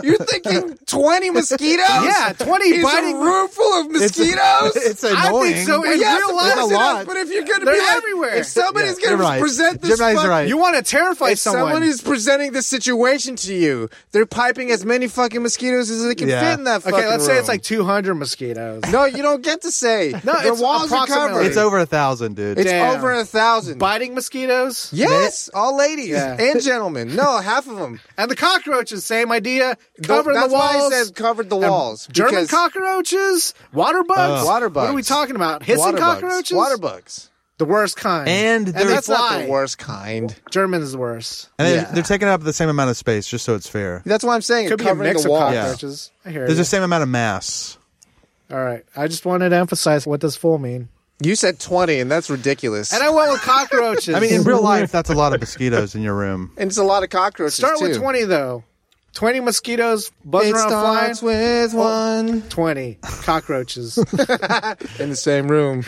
S2: You're thinking 20 mosquitoes?
S1: Yeah, 20
S2: is
S1: biting-
S2: a room full of mosquitoes?
S3: it's
S1: I
S3: annoying.
S1: think so.
S2: Well,
S1: In
S2: yes,
S1: real
S2: of
S1: life,
S2: course
S3: a
S2: it
S3: lot.
S2: is, but if you're going to
S1: They're
S2: be like-
S1: everywhere.
S2: if somebody's
S3: Yeah,
S2: going to
S3: you're right.
S2: present this,
S3: Gemini's
S2: fuck-
S3: right.
S1: You want to terrify
S2: if
S1: someone?
S2: someone is presenting this situation to you, they're piping as many fucking mosquitoes as they can
S3: Yeah.
S2: fit in that.
S1: okay,
S2: fucking
S1: let's say it's
S2: room.
S1: like two hundred mosquitoes.
S2: No, you don't get to say. no, the
S1: it's
S2: walls are
S1: approximately.
S2: covered.
S3: it's over a thousand, dude.
S2: It's
S1: Damn.
S2: over a thousand.
S1: biting mosquitoes
S2: yes, all ladies
S1: Yeah.
S2: and gentlemen. No, half of them.
S1: and the cockroaches same idea. Cover
S2: That's
S1: the walls.
S2: why it says covered the
S1: and
S2: walls.
S1: German
S2: because
S1: cockroaches, water bugs.
S3: Ugh.
S2: Water
S1: What are we
S2: bugs.
S1: talking about? Hissing
S2: water
S1: cockroaches.
S2: Bugs. Water bugs.
S1: the worst kind.
S3: And
S1: and
S3: they're-
S1: that's
S2: That's
S1: why
S2: not the worst kind.
S1: German is the worst.
S3: And they
S2: Yeah.
S3: they're taking up the same amount of space, just so it's fair.
S2: That's why I'm saying
S1: Could be a
S2: covering
S1: mix
S2: the
S1: of
S2: walls.
S3: Yeah.
S1: cockroaches. I hear
S3: There's
S1: you.
S3: the same amount of mass.
S1: All right. I just wanted to emphasize what does full mean.
S2: You said 20, and that's ridiculous.
S1: And I went with cockroaches.
S3: I mean, in real life, that's a lot of mosquitoes in your room.
S2: And it's a lot of cockroaches.
S1: start with
S2: too.
S1: twenty though. Twenty mosquitoes buzzing
S2: It
S1: around flying. Oh.
S2: starts with one
S1: twenty cockroaches.
S2: in the same room,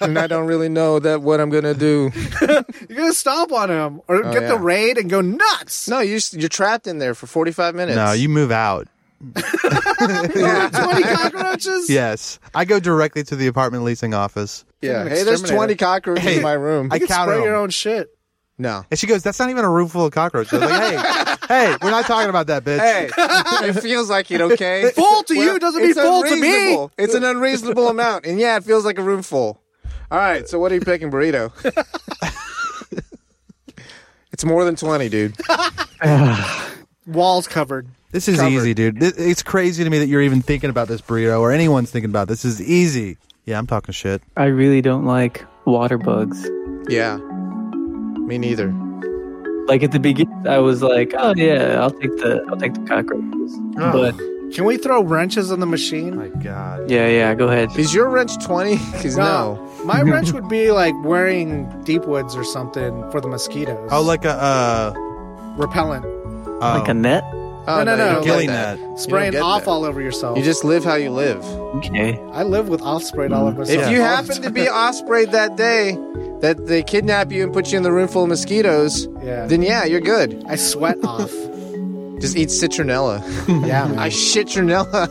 S2: and I don't really know that what I'm gonna do.
S1: You're gonna stomp on them or get the
S2: Oh, yeah.
S1: raid and go nuts.
S2: No, you're you're trapped in there for 45 minutes.
S3: No, you move out.
S1: Twenty cockroaches.
S3: Yes, I go directly to the apartment leasing office.
S2: Yeah.
S1: You're an
S2: Hey, there's 20
S1: exterminator.
S2: cockroaches
S3: Hey,
S2: in my room.
S3: I
S1: You can
S3: counted
S1: spray your
S3: them.
S1: own shit.
S2: no.
S3: And she goes, "That's not even a room full of cockroaches." I was like, hey, hey, we're not talking about that, bitch.
S2: Hey, it feels like it. Okay.
S1: Full to you doesn't mean
S2: it's
S1: full to me.
S2: unreasonable. It's an unreasonable amount, and yeah, it feels like a room full. All right. So what are you picking, burrito? it's more than 20, dude.
S1: Walls covered.
S3: This is easy, dude. This, it's crazy to me that you're even thinking about this burrito or anyone's thinking about this. This is easy. Yeah, I'm talking shit.
S6: I really don't like water bugs.
S2: Yeah. Me neither.
S6: Like at the beginning, I was like, "Oh yeah, I'll take the I'll take the cockroaches." But
S1: Can we throw wrenches on the machine?
S3: My God.
S6: yeah, yeah, go ahead.
S2: Is your wrench 20? Because no.
S1: My wrench would be like wearing deep woods or something for the mosquitoes.
S3: Oh, like a uh,
S1: repellent.
S3: oh,
S6: Like a net?
S2: Oh,
S1: no, no,
S2: you
S1: no.
S2: don't
S3: gilly
S2: get that.
S3: net.
S1: Spraying
S2: get
S1: off
S2: that.
S1: all over yourself.
S2: You just live how you live.
S6: Okay.
S1: I live with off sprayed all over myself.
S2: Mm. If you
S1: All
S2: happen to be ospreyed that day, that they kidnap you and put you in the room full of mosquitoes,
S1: Yeah.
S2: then yeah, you're good.
S1: I sweat off.
S2: Just eat citronella.
S1: yeah. man.
S2: I shit citronella.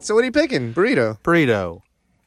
S2: so what are you picking, burrito?
S3: burrito.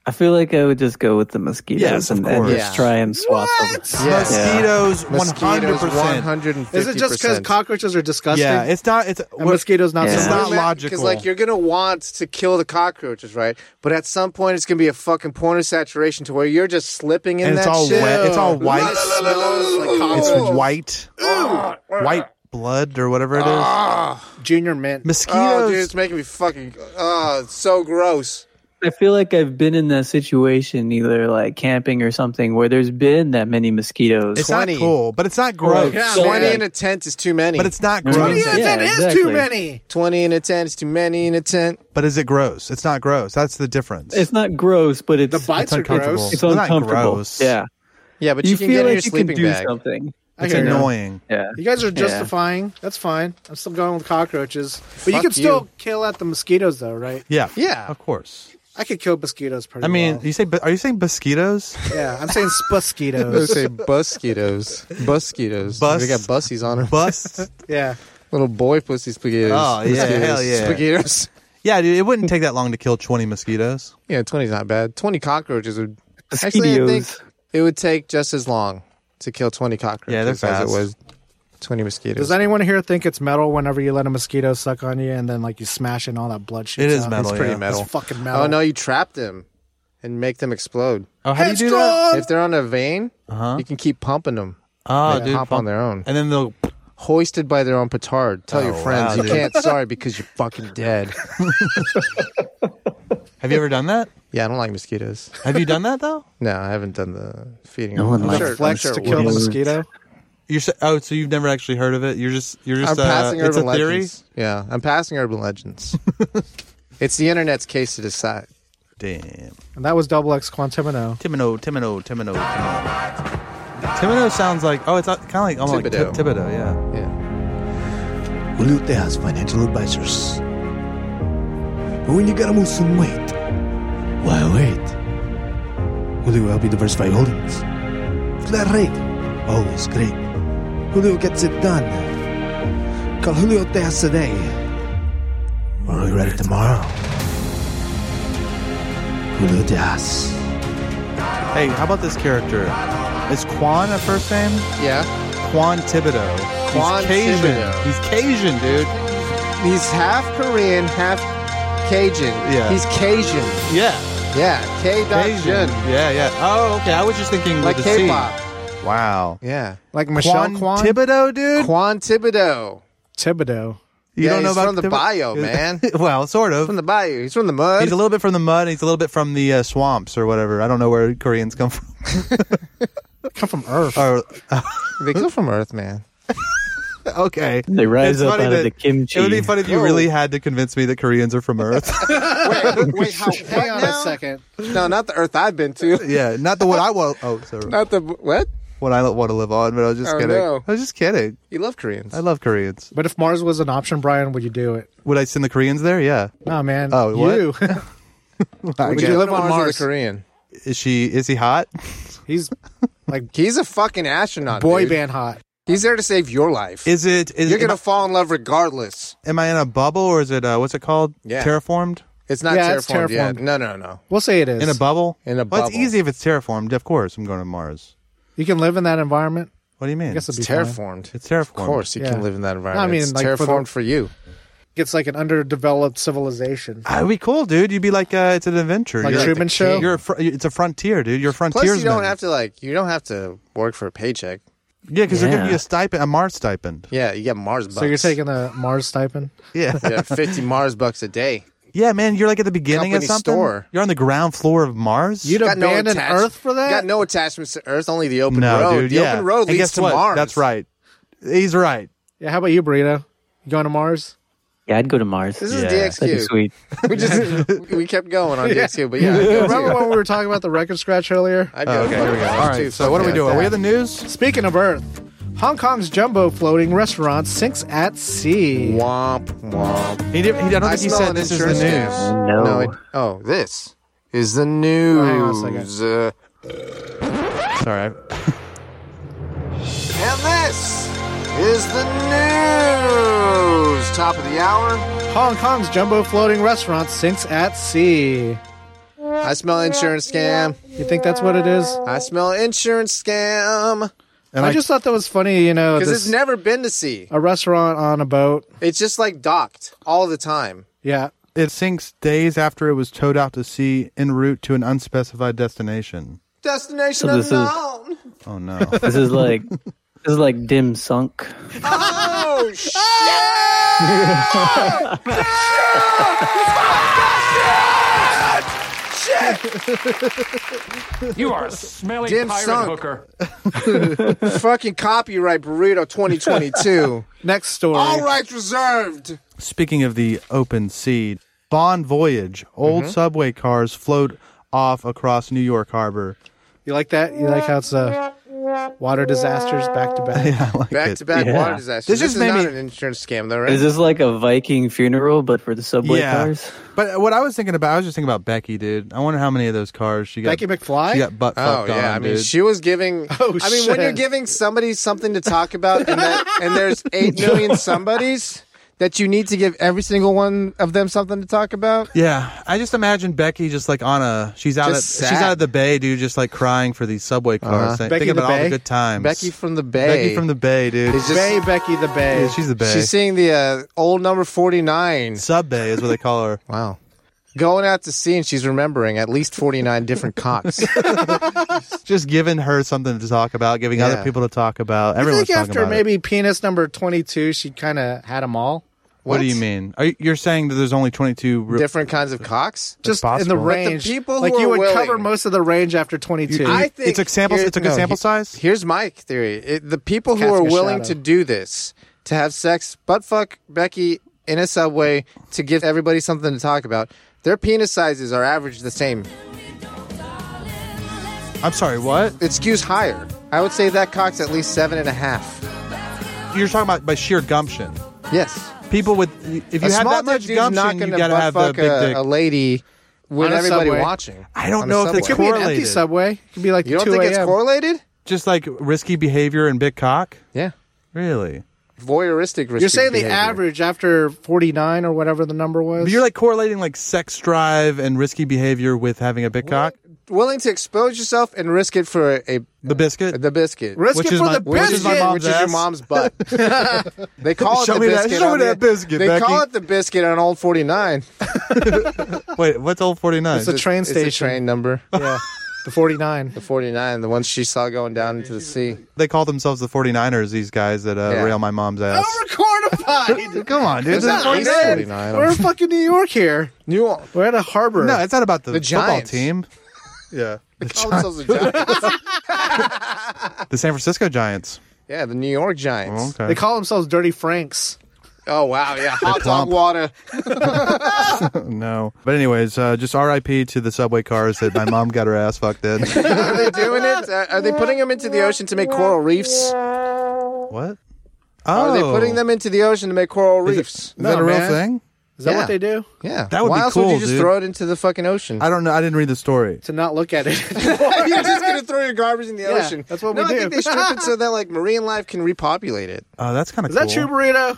S6: I feel like I would just go with the mosquitoes
S3: Yes, of
S6: and then
S3: course.
S6: just
S2: Yeah.
S6: try and swap them.
S2: Yeah.
S3: Mosquitoes, one hundred
S2: Mosquitoes,
S3: percent.
S2: 150%.
S1: Is it just because cockroaches are disgusting?
S3: Yeah, it's not. It's
S1: and mosquitoes not
S6: Yeah.
S1: so
S3: It's
S1: much.
S3: not
S2: Because
S3: logical.
S2: like you're gonna want to kill the cockroaches, right? But at some point, it's gonna be a fucking point of saturation to where you're just slipping in
S3: and
S2: that
S3: it's all
S2: shit.
S3: wet. It's all
S2: It
S3: white.
S2: smells like
S3: It's
S2: cockroach.
S3: white, white blood or whatever it is.
S2: Ah,
S1: Junior mint.
S2: Oh, dude, it's
S3: Mosquitoes.
S2: making me fucking. Oh, it's so gross.
S6: I feel like I've been in that situation, either like camping or something, where there's been that many mosquitoes.
S3: It's not
S2: 20.
S3: cool, but it's not gross.
S1: Yeah,
S6: So,
S2: Twenty
S1: man.
S2: in a tent is too many.
S3: But it's not
S1: What do
S3: gross.
S1: you-
S6: Yeah,
S1: that is too
S6: exactly.
S1: many.
S2: twenty in a tent is too many in a tent.
S3: But is it gross? It's not gross. That's the difference.
S6: it's not gross, but it's
S1: The bites
S3: it's
S1: are
S3: uncomfortable.
S1: gross.
S6: it's
S3: They're not
S6: uncomfortable.
S3: gross.
S6: Yeah,
S2: Yeah, but you,
S6: you,
S2: can
S6: feel
S2: get in your
S6: like you can
S2: sleeping
S6: do
S2: bag.
S6: something.
S1: I
S3: It's
S1: hear you.
S3: annoying.
S6: Yeah,
S1: You guys are
S6: Yeah.
S1: justifying. That's fine. I'm still going with cockroaches. But you
S2: Fuck
S1: can still
S2: you.
S1: kill at the mosquitoes, though, right?
S3: Yeah.
S2: Yeah.
S3: Of course.
S1: I could kill mosquitoes pretty
S3: I mean,
S1: well.
S3: you say, bu- are you saying mosquitoes?
S1: yeah, I'm saying
S2: They
S1: mosquitoes.
S2: say busquitos. Busquitos.
S3: Bus-
S2: They got bussies on them.
S3: Bust?
S1: yeah.
S2: Little boy pussy spaghettios.
S3: Oh, yeah,
S2: Spaghettios.
S3: hell yeah.
S2: Spaghettios.
S3: yeah, dude, it wouldn't take that long to kill 20 mosquitoes.
S2: Yeah, 20's not bad. 20 cockroaches would. Actually, I think
S6: Mosquitoes.
S2: it would take just as long to kill 20 cockroaches
S3: Yeah, they're
S2: as
S3: fast.
S2: it was 20 mosquitoes.
S1: Does anyone here think it's metal whenever you let a mosquito suck on you and then like you smash it and all that blood shoots
S3: It is
S1: out?
S3: metal.
S2: pretty
S3: yeah.
S2: metal.
S1: It's fucking metal.
S2: oh, no, you trap them and make them explode.
S3: Oh, how do you do that?
S2: If they're on a vein,
S3: Uh-huh.
S2: you can keep pumping them.
S3: Oh,
S2: They
S3: dude.
S2: pop on their own.
S3: And then they'll.
S2: Hoisted by their own petard. Tell your
S3: Oh,
S2: friends
S3: wow,
S2: you
S3: dude.
S2: can't. Sorry, because you're fucking dead.
S3: Have you ever done that?
S2: Yeah, I don't like mosquitoes.
S3: Have you done that, though?
S2: No, I haven't done the feeding.
S6: No one
S2: I'm
S6: likes
S2: sure-
S1: flex
S2: I'm sure
S1: to
S2: it
S1: kill the
S6: would.
S1: mosquito.
S3: You're so, oh, so you've never actually heard of it? You're just you're
S2: I'm
S3: just uh,
S2: passing
S3: it's
S2: urban
S3: a theory.
S2: legends. Yeah, I'm passing urban legends. it's the internet's case to decide.
S3: Damn,
S1: And that was Double X Quantimino.
S3: Timino, Timino, Timino, Timino. Timino sounds like oh, it's kind of like almost
S2: Thibodeau.
S3: like Ti- Thibodeau, yeah.
S2: Yeah.
S9: Ulute has financial advisors. But when you gotta move some weight, why wait? Ulute will help you diversify holdings. Flat rate, always great. Julio gets it done. Call Julio Tejas today. Or regret it tomorrow. Julio Tejas.
S3: Hey, how about this character? Is Quan a first name?
S2: Yeah.
S3: Quan Thibodeau.
S2: Quan
S3: He's Cajun.
S2: Thibodeau.
S3: He's Cajun, dude.
S2: He's half Korean, half Cajun.
S3: Yeah.
S2: He's Cajun.
S3: Yeah,
S2: Yeah. K dot
S3: Cajun.
S2: Jun.
S3: Yeah, yeah. Oh, okay. I was just thinking
S2: Like
S3: with the C.
S2: K pop.
S3: Wow.
S2: Yeah.
S1: Like Michelle
S3: Quan
S1: Kwan?
S3: Thibodeau, dude.
S2: Quan Thibodeau.
S1: Thibodeau.
S3: you
S2: Yeah,
S3: don't know
S2: he's
S3: about
S2: from the
S3: Thibodeau?
S2: bio, man.
S3: well, sort of.
S2: From the bayou. He's from the mud.
S3: He's a little bit from the mud. He's a little bit from the uh, swamps or whatever. I don't know where Koreans come from.
S1: Come from Earth.
S3: Or,
S2: they come from Earth, man.
S3: okay.
S6: They rise
S3: It's
S6: up
S3: funny
S6: out of
S3: that-
S6: the kimchi.
S3: It would be funny if you really had to convince me that Koreans are from Earth.
S2: Wait, wait, how?
S1: Hang on a
S2: now?
S1: second.
S2: No, not the Earth I've been to.
S3: yeah, not the one I want. Oh, sorry.
S2: Not the what?
S3: What I want to live on, but I was just
S2: Oh,
S3: kidding.
S2: no.
S3: I was just kidding.
S2: You love Koreans.
S3: I love Koreans.
S1: But if Mars was an option, Brian, would you do it?
S3: Would I send the Koreans there? Yeah.
S1: No, man.
S3: Oh, what?
S1: you.
S2: Would
S1: you live on Mars?
S2: With a Korean.
S3: Is she? Is he hot?
S1: He's
S2: He's a fucking astronaut.
S1: boy
S2: dude.
S1: band hot.
S2: He's there to save your life.
S3: Is it? Is
S2: You're
S3: it,
S2: gonna fall in love regardless.
S3: Am I in a bubble or is it? Uh, what's it called?
S2: Yeah.
S3: Terraformed.
S2: It's not
S1: Yeah,
S2: terraformed,
S1: it's
S2: yet.
S1: terraformed.
S2: No, no, no.
S1: We'll say it is.
S3: In a bubble.
S2: In a
S3: Well, it's
S2: bubble.
S3: easy if it's terraformed. Of course, I'm going to Mars.
S1: you can live in that environment.
S3: What do you mean?
S1: I guess it'd
S2: It's
S1: be fine.
S2: terraformed.
S3: it's terraformed.
S2: Of course, you
S1: Yeah.
S2: can live in that
S1: I
S2: environment.
S1: mean,
S2: it's
S1: like, for the-
S2: terraformed for you.
S1: It's like an underdeveloped civilization.
S3: Ah, It'd be cool, dude. You'd be like, uh, it's an adventure.
S1: Like
S3: You're
S1: Truman
S3: the
S1: Show?
S3: king. You're a fr- it's a frontier, dude. You're a
S2: Plus,
S3: frontiersman.
S2: you don't have to like. You don't have to work for a paycheck.
S3: Yeah, because they're giving
S6: Yeah.
S3: you a stipend, a Mars stipend.
S2: Yeah, you get Mars. Bucks.
S1: So you're taking the Mars stipend?
S3: Yeah,
S2: yeah, fifty Mars bucks a day.
S3: yeah, man. You're like at the beginning
S2: Company
S3: of something.
S2: store.
S3: You're on the ground floor of Mars.
S1: You'd abandon
S2: attach-
S1: Earth for that?
S2: Got no attachments to Earth. Only the open
S3: no,
S2: road.
S3: dude.
S2: the
S3: yeah.
S2: open road
S3: and
S2: leads
S3: guess
S2: to
S3: what?
S2: Mars.
S3: That's right. He's right.
S1: Yeah. How about you, burrito? You going to Mars?
S6: Yeah, I'd go to Mars.
S2: This is
S3: Yeah.
S6: That'd be
S2: DXQ.
S6: sweet.
S2: We just we kept going on DXQ, but yeah, I go
S1: Remember
S2: too.
S1: when we were talking about the record scratch earlier?
S2: I'd
S3: Oh,
S2: go
S3: okay, here we go.
S2: Mars
S3: All
S2: too.
S3: right. So what are we
S2: Fuck
S3: doing? Are we
S2: that.
S3: in the news?
S1: Speaking of Earth, Hong Kong's jumbo floating restaurant sinks at sea.
S2: Womp womp.
S3: He did, he, I don't
S2: I
S3: think he
S2: smell
S3: said
S2: an
S3: this is the
S2: insurance
S3: news.
S2: scam.
S6: No.
S2: No. It, oh, this is the
S1: hang on a second.
S2: news. Uh,
S3: Sorry.
S2: and this is the news. Top of the hour.
S1: Hong Kong's jumbo floating restaurant sinks at sea.
S2: I smell insurance scam.
S1: You think that's what it is?
S2: I smell insurance scam.
S3: And
S1: I
S3: I-
S1: just thought that was funny, you know,
S2: Because
S1: this,
S2: it's never been to sea.
S1: a restaurant on a boat.
S2: It's just like docked all the time.
S1: Yeah.
S3: It sinks days after it was towed out to sea en route to an unspecified destination.
S2: Destination
S6: So this is-
S2: unknown.
S3: Oh no!
S6: This is like this is like dim sunk.
S2: Oh shit!
S10: You are a smelly
S2: Dim
S10: pirate
S2: sunk.
S10: hooker.
S2: Fucking copyright burrito 2022.
S1: Next story.
S2: all rights reserved.
S3: Speaking of the open sea, Bon Voyage, old subway cars float off across New York Harbor.
S1: You like that? You like how it's uh, water disasters back to back?
S3: Yeah, I like
S2: Back
S3: it.
S2: to back
S6: Yeah.
S2: water disaster.
S3: This
S2: This,
S3: just
S2: is
S3: made
S2: not
S3: me-
S2: an insurance scam, though, right?
S6: Is this like a Viking funeral but for the subway
S3: yeah.
S6: cars?
S3: But what I was thinking about, I was just thinking about Becky, dude. I wonder how many of those cars she got.
S1: Becky McFly?
S3: She got butt
S2: Oh
S3: fucked
S2: yeah,
S3: on,
S2: I mean
S3: dude.
S2: she was giving.
S1: Oh,
S2: I mean when you're
S1: shit.
S2: giving somebody something to talk about, and, that, and there's eight million somebodies that you need to give every single one of them something to talk about.
S3: yeah, I just imagine Becky just like on a she's out
S2: Just
S3: at,
S2: sad.
S3: she's out at the bay, dude, just like crying for these subway cars, think-
S1: Becky
S3: thinking
S1: the
S3: about all
S1: Bay?
S3: the good times.
S2: Becky from the Bay.
S3: Uh-huh. Becky from the bay, dude.
S2: It's just-
S1: Bay Becky the Bay.
S3: Yeah, she's the bay.
S2: She's seeing the uh, old number forty nine.
S3: Sub bay is what they call her.
S2: Wow. Going out to sea and she's remembering at least 49 different cocks.
S3: just giving her something to talk about, giving
S2: Yeah.
S3: other people to talk about.
S1: I
S3: Everyone's
S1: think
S3: talking
S1: after
S3: about it.
S1: maybe penis number 22, she kind of had them all.
S3: What? do you mean? Are you, you're saying that there's only 22 real
S2: different kinds of cocks?
S1: Just in
S3: possible.
S1: the
S3: But the
S1: range.
S2: people who
S1: like you
S2: are
S1: would
S2: willing-
S1: cover most of the range after 22.
S2: I think
S3: It's a sample.
S2: here-
S3: It's a good
S2: no,
S3: sample
S2: he-
S3: size.
S2: Here's my theory. It, the people who
S1: Casting
S2: are
S1: a
S2: willing
S1: shadow.
S2: to do this, to have sex, butt fuck Becky in a subway, to give everybody something to talk about, their penis sizes are average the same.
S3: I'm sorry. What?
S2: It skews higher. I would say that cock's at least seven and a half.
S3: You're talking about by sheer gumption.
S2: Yes.
S3: People with if you
S2: a
S3: have
S2: small
S3: that much
S2: dick dude's
S3: gumption, you
S2: gonna
S3: gotta
S2: butt
S3: have the
S2: fuck
S3: big
S2: a,
S3: dick.
S2: a lady with
S1: On a
S2: everybody
S1: subway.
S2: watching.
S3: I don't
S2: on a
S3: know if it's
S2: subway.
S1: Could be an empty
S3: correlated.
S1: subway. It could be like
S2: You don't
S1: 2
S2: think it's
S1: a.m..
S2: correlated?
S3: Just like risky behavior and big cock.
S2: Yeah.
S3: Really?
S2: Voyeuristic risk.
S1: You're saying the average after 49 or whatever the number was?
S3: But you're like correlating like sex drive and risky behavior with having a big cock.
S2: willing to expose yourself and risk it for a,
S3: The biscuit.
S2: the biscuit.
S1: risk
S3: which
S1: it
S3: is
S1: for
S3: my-
S1: the
S3: which
S2: Which
S1: biscuit.
S2: is,
S3: is my mom's
S2: your
S3: ass.
S2: mom's butt. they call it
S3: Show
S2: the
S3: me that-
S2: biscuit.
S3: show
S2: on
S3: me
S2: the-
S3: that biscuit,
S2: They call
S3: Becky.
S2: it the biscuit on Old 49.
S3: Wait, what's old 49?
S1: It's a train
S2: It's a
S1: station.
S2: train number.
S1: Yeah. The 49.
S2: The 49, the ones she saw going down into the sea.
S3: They call themselves the 49ers, these guys that uh,
S2: Yeah.
S3: rail my mom's ass.
S1: Overcornified.
S3: Come on, dude.
S2: It's
S3: This
S2: not-
S3: is fucking-
S2: it's 49.
S1: We're in fucking New York here.
S2: New oh, Orleans.
S1: We're at a harbor.
S3: No, it's not about the,
S2: The
S3: football
S2: Giants.
S3: team. Yeah. The,
S2: Call
S3: Gi-
S2: themselves the Giants.
S3: the San Francisco Giants.
S2: yeah, the New York Giants.
S3: Okay.
S1: They call themselves Dirty Franks.
S2: Oh, wow. Yeah. Hot dog
S3: plump.
S2: water.
S3: no. But anyways, uh, just R.I.P. to the subway cars that my mom got her ass fucked in.
S2: Are they doing it? Uh, are they putting them into the ocean to make coral reefs?
S3: what? Oh,
S2: Are they putting them into the ocean to make coral reefs?
S3: Is that
S1: No,
S3: a real
S1: man.
S3: thing?
S1: Is that
S2: Yeah.
S1: what they do?
S2: Yeah.
S3: That would
S2: Why
S3: be
S2: else would
S3: cool,
S2: you just
S3: dude.
S2: throw it into the fucking ocean?
S3: I don't know. I didn't read the story.
S1: To not look at it.
S2: You're just gonna throw your garbage in the ocean.
S1: that's what
S2: no,
S1: we
S2: I
S1: do.
S2: think they strip it so that like marine life can repopulate it.
S3: Oh, that's kind of
S1: Is
S3: cool.
S1: that true, burrito?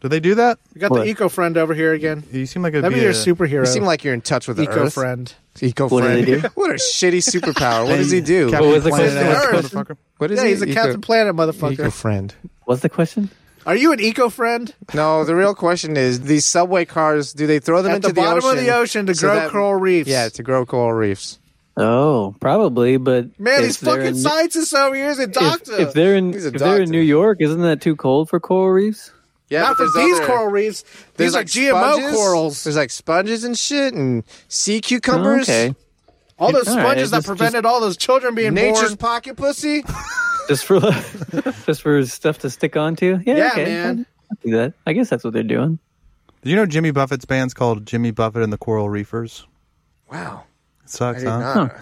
S3: Do they do that?
S1: We got
S6: What?
S1: the eco friend over here again.
S3: You seem like it'd
S1: That'd
S3: be,
S1: be your
S3: a-
S1: superhero.
S2: You seem like you're in touch with the
S1: eco
S2: earth.
S1: friend.
S2: Eco
S6: What do they do?
S2: What a shitty superpower. What does he do?
S3: Captain
S6: What was the
S3: Planet
S6: question?
S3: ass
S1: Earth.
S3: motherfucker.
S2: What is
S1: Yeah,
S2: he?
S1: he's a Captain Planet motherfucker.
S2: Eco friend.
S6: What's the question?
S1: Are you an eco friend?
S2: No, the real question is: these subway cars, do they throw them
S1: At
S2: into
S1: the bottom
S2: ocean
S1: of the ocean to
S2: so
S1: grow
S2: that-
S1: coral reefs.
S2: Yeah, to grow coral reefs.
S6: Oh, probably, but
S1: Man,
S6: if
S1: these
S6: they're
S1: fucking
S6: in-
S1: scientists over here is a
S6: if,
S1: doctor.
S6: if they're in
S2: He's a
S6: if they're in
S2: doctor.
S6: New York, isn't that too cold for coral reefs?
S2: Yeah,
S1: Not
S2: but
S1: for
S2: there's
S1: these
S2: other-
S1: coral reefs.
S2: there's,
S1: These are
S2: like,
S1: GMO
S2: sponges.
S1: corals.
S2: There's like sponges and shit, and sea
S6: Oh,
S2: cucumbers.
S6: okay,
S1: All those
S6: All right,
S1: sponges that
S6: just-
S1: prevented all those children being
S2: Nature's
S1: born.
S2: pocket pussy.
S6: just for just for stuff to stick onto. Yeah,
S1: Yeah,
S6: okay.
S1: man.
S6: I'll do that. I guess that's what they're doing.
S3: Do you know Jimmy Buffett's band's called Jimmy Buffett and the Coral Reefers?
S2: Wow,
S3: It sucks,
S2: I did
S3: huh?
S2: not.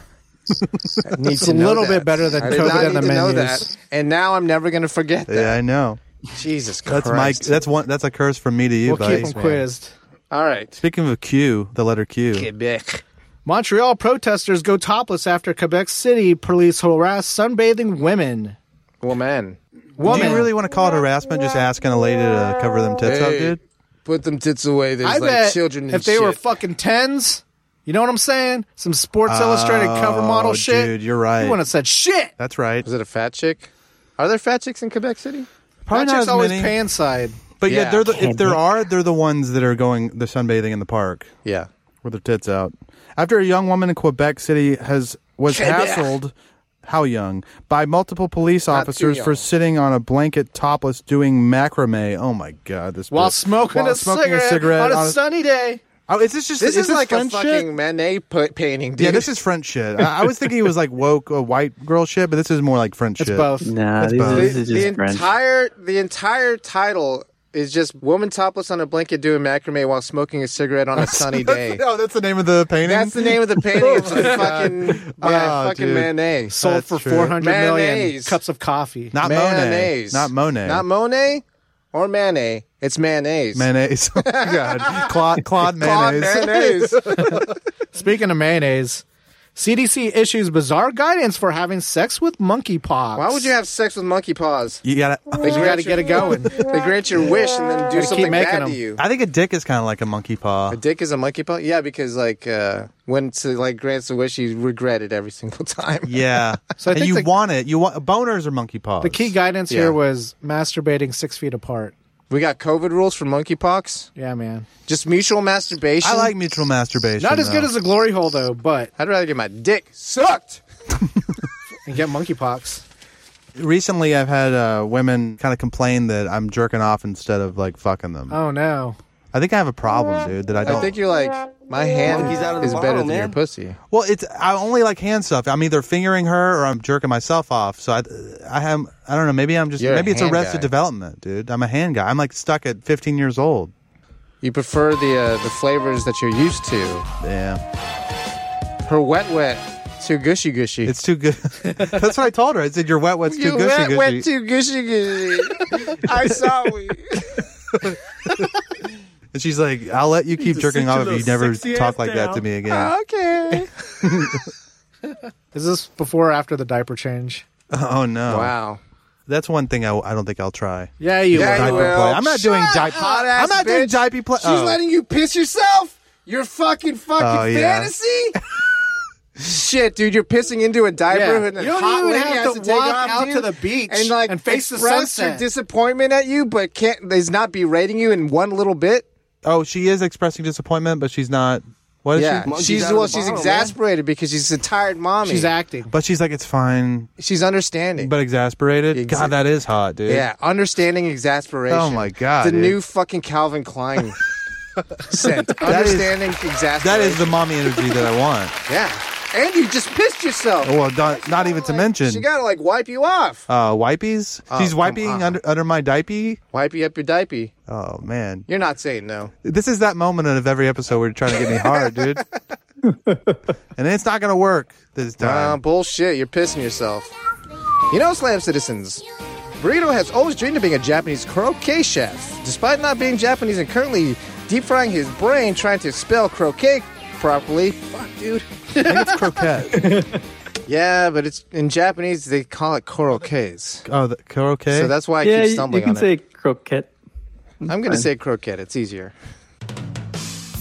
S2: I need
S1: It's
S2: to
S1: a
S2: know
S1: little
S2: that.
S1: bit better than
S2: I did
S1: COVID
S2: not
S1: and
S2: need
S1: the
S2: to know
S1: menus.
S2: that. And now I'm never going to forget that.
S3: Yeah, I know.
S2: Jesus Christ.
S3: That's Mike. That's one. That's a curse from me to you,
S1: We'll
S3: buddy.
S1: keep them quizzed.
S2: All right.
S3: Speaking of Q, the letter Q.
S2: Quebec.
S1: Montreal protesters go topless after Quebec City police harass sunbathing women.
S2: Well, man,
S3: Do you really want to call it harassment? Just asking a lady to cover them tits up,
S2: Hey.
S3: dude.
S2: put them tits away. There's
S1: I
S2: like
S1: bet
S2: children and
S1: if they were
S2: shit.
S1: fucking tens, you know what I'm saying? Some Sports Illustrated cover model
S3: Oh,
S1: shit.
S3: dude, you're right. Uh,
S1: You wouldn't have said shit.
S3: That's right.
S2: Was it a fat chick? Are there fat chicks in Quebec City?
S3: Probably
S1: that
S3: not
S1: chick's
S3: as
S1: always
S3: many.
S1: pan side.
S3: But yeah,
S2: Yeah.
S3: they're the, if there are, they're the ones that are going the sunbathing in the park
S2: Yeah.
S3: with their tits out. After a young woman in Quebec City has was hassled, how young? By multiple police officers for
S2: young.
S3: sitting on a blanket topless doing macrame. Oh my god, this
S1: While
S3: bitch.
S1: smoking,
S3: While
S1: a, cigarette on a sunny day.
S3: oh, is this just
S2: This is, like
S3: French
S2: a
S3: shit?
S2: fucking Manet pu- painting, dude.
S3: Yeah, this is French shit. I, I was thinking it was like woke uh, white girl shit, but this is more like French
S1: It's
S3: shit.
S1: both.
S6: Nah, these
S3: both.
S6: are,
S2: the,
S6: this is
S2: the
S6: just French.
S2: entire the entire title is just woman topless on a blanket doing macrame while smoking a cigarette on a sunny day.
S3: No, Oh, that's the name of the painting.
S2: That's the name of the painting. It's just fucking yeah,
S3: Oh,
S2: fucking
S3: dude.
S2: Manet.
S1: Sold
S3: That's
S1: for
S3: true.
S1: four hundred million
S2: Mayonnaise.
S1: cups of coffee.
S3: Not
S2: Mayonnaise.
S3: Monet. Not Monet.
S2: Not Monet or Manet. It's mayonnaise.
S3: mayonnaise. Oh, my God. Claude, Claude
S2: God,
S3: mayonnaise.
S2: mayonnaise.
S1: Speaking of mayonnaise, CDC issues bizarre guidance for having sex with monkeypox.
S2: Why would you have sex with monkey paws?
S3: You gotta.
S1: You got to get it going.
S2: They grant your wish and then do
S1: keep
S2: something
S1: making
S2: bad
S1: them.
S2: to you.
S3: I think a dick is kind of like a monkey paw.
S2: A dick is a monkey paw? Yeah, because like uh, when it's uh, like grants a wish, you regret it every single time.
S3: Yeah.
S1: So I
S3: and
S1: think
S3: you
S1: the-
S3: want it. You want boners or monkey paws.
S1: The key guidance
S2: Yeah.
S1: here was masturbating six feet apart.
S2: We got COVID rules for monkeypox.
S1: Yeah, man.
S2: Just mutual masturbation.
S3: I like mutual masturbation.
S1: Not as
S3: though.
S1: good as a glory hole though, but
S2: I'd rather get my dick sucked.
S1: and get monkeypox.
S3: Recently, I've had uh, women kind of complain that I'm jerking off instead of like fucking them.
S1: Oh no.
S3: I think I have a problem, dude. That I don't.
S2: I think you're like my hand
S9: Monkey's out of the
S2: is
S9: bottle,
S2: better than
S9: man.
S2: your pussy.
S3: Well, it's I only like hand stuff. I'm either fingering her or I'm jerking myself off. So I, I have I don't know. Maybe I'm just
S2: You're a
S3: maybe it's
S2: hand
S3: Arrested
S2: guy.
S3: Development, dude. I'm a hand guy. I'm like stuck at 15 years old.
S2: You prefer the uh, the flavors that you're used to.
S3: Yeah,
S2: Her wet wet to gushy gushy.
S3: it's too good. That's what I told her. I said your wet wet's too
S2: you
S3: gushy
S2: wet
S3: gushy.
S2: wet to gushy gushy. I saw we.
S3: and she's like, I'll let you keep jerking off if you never talk like that to me again.
S1: Oh,
S2: Okay.
S1: Is this before or after the diaper change?
S3: oh no,
S2: Wow.
S3: that's one thing I, I don't think I'll try.
S1: Yeah, you
S2: Yeah,
S1: will.
S2: you will.
S3: play. I'm not doing diaper.
S2: hot ass
S3: I'm not doing
S2: bitch.
S3: diaper play.
S2: She's letting you piss yourself. Your fucking fucking
S3: Oh, yeah.
S2: fantasy. Shit, dude, you're pissing into a diaper
S1: Yeah.
S2: and a
S1: You don't
S2: hot
S1: even
S2: lady
S1: have
S2: has
S1: to
S2: to, take
S1: walk
S2: off
S1: out to
S2: you
S1: the beach
S2: and like
S1: and face the
S2: express
S1: sunset.
S2: your disappointment at you, but can't is not berating you in one little bit.
S3: Oh, she is expressing disappointment, but she's not What is
S2: yeah,
S3: she?
S2: she's,
S10: Monkey's out of
S2: well,
S10: the
S2: she's
S10: bottle, man.
S2: exasperated because she's a tired mommy.
S1: She's acting.
S3: But she's like, it's fine,
S2: she's understanding.
S3: but exasperated.
S2: Exa-
S3: God, that is hot, dude.
S2: yeah, understanding exasperation.
S3: Oh my God,
S2: the
S3: dude.
S2: new fucking Calvin Klein scent.
S3: is-
S2: Understanding exasperation.
S3: That is the mommy energy that I want. Oh,
S2: yeah. And you just pissed yourself.
S3: Well, not, not even to mention
S2: She gotta like wipe you off.
S3: uh, wipies. she's
S2: come
S3: wiping
S2: on.
S3: under, under my diaper.
S2: Wipe you up your diaper.
S3: Oh man,
S2: You're not saying no.
S3: this is that moment of every episode where you're trying to get me hard, dude. and it's not gonna work this
S2: Uh,
S3: time.
S2: bullshit. You're pissing yourself. You know, Slam Citizens, Burrito has always dreamed of being a Japanese croquet chef. Despite not being Japanese and currently deep frying his brain trying to spell croquet properly. Fuck, dude.
S3: I think it's croquette.
S2: Yeah, but it's in Japanese, they call it croquets.
S3: Oh, the croquet.
S2: So that's why I
S6: yeah,
S2: keep
S6: you, you
S2: stumbling
S6: can
S2: on
S6: say
S2: it.
S6: croquette.
S2: I'm going to say croquet. It's easier.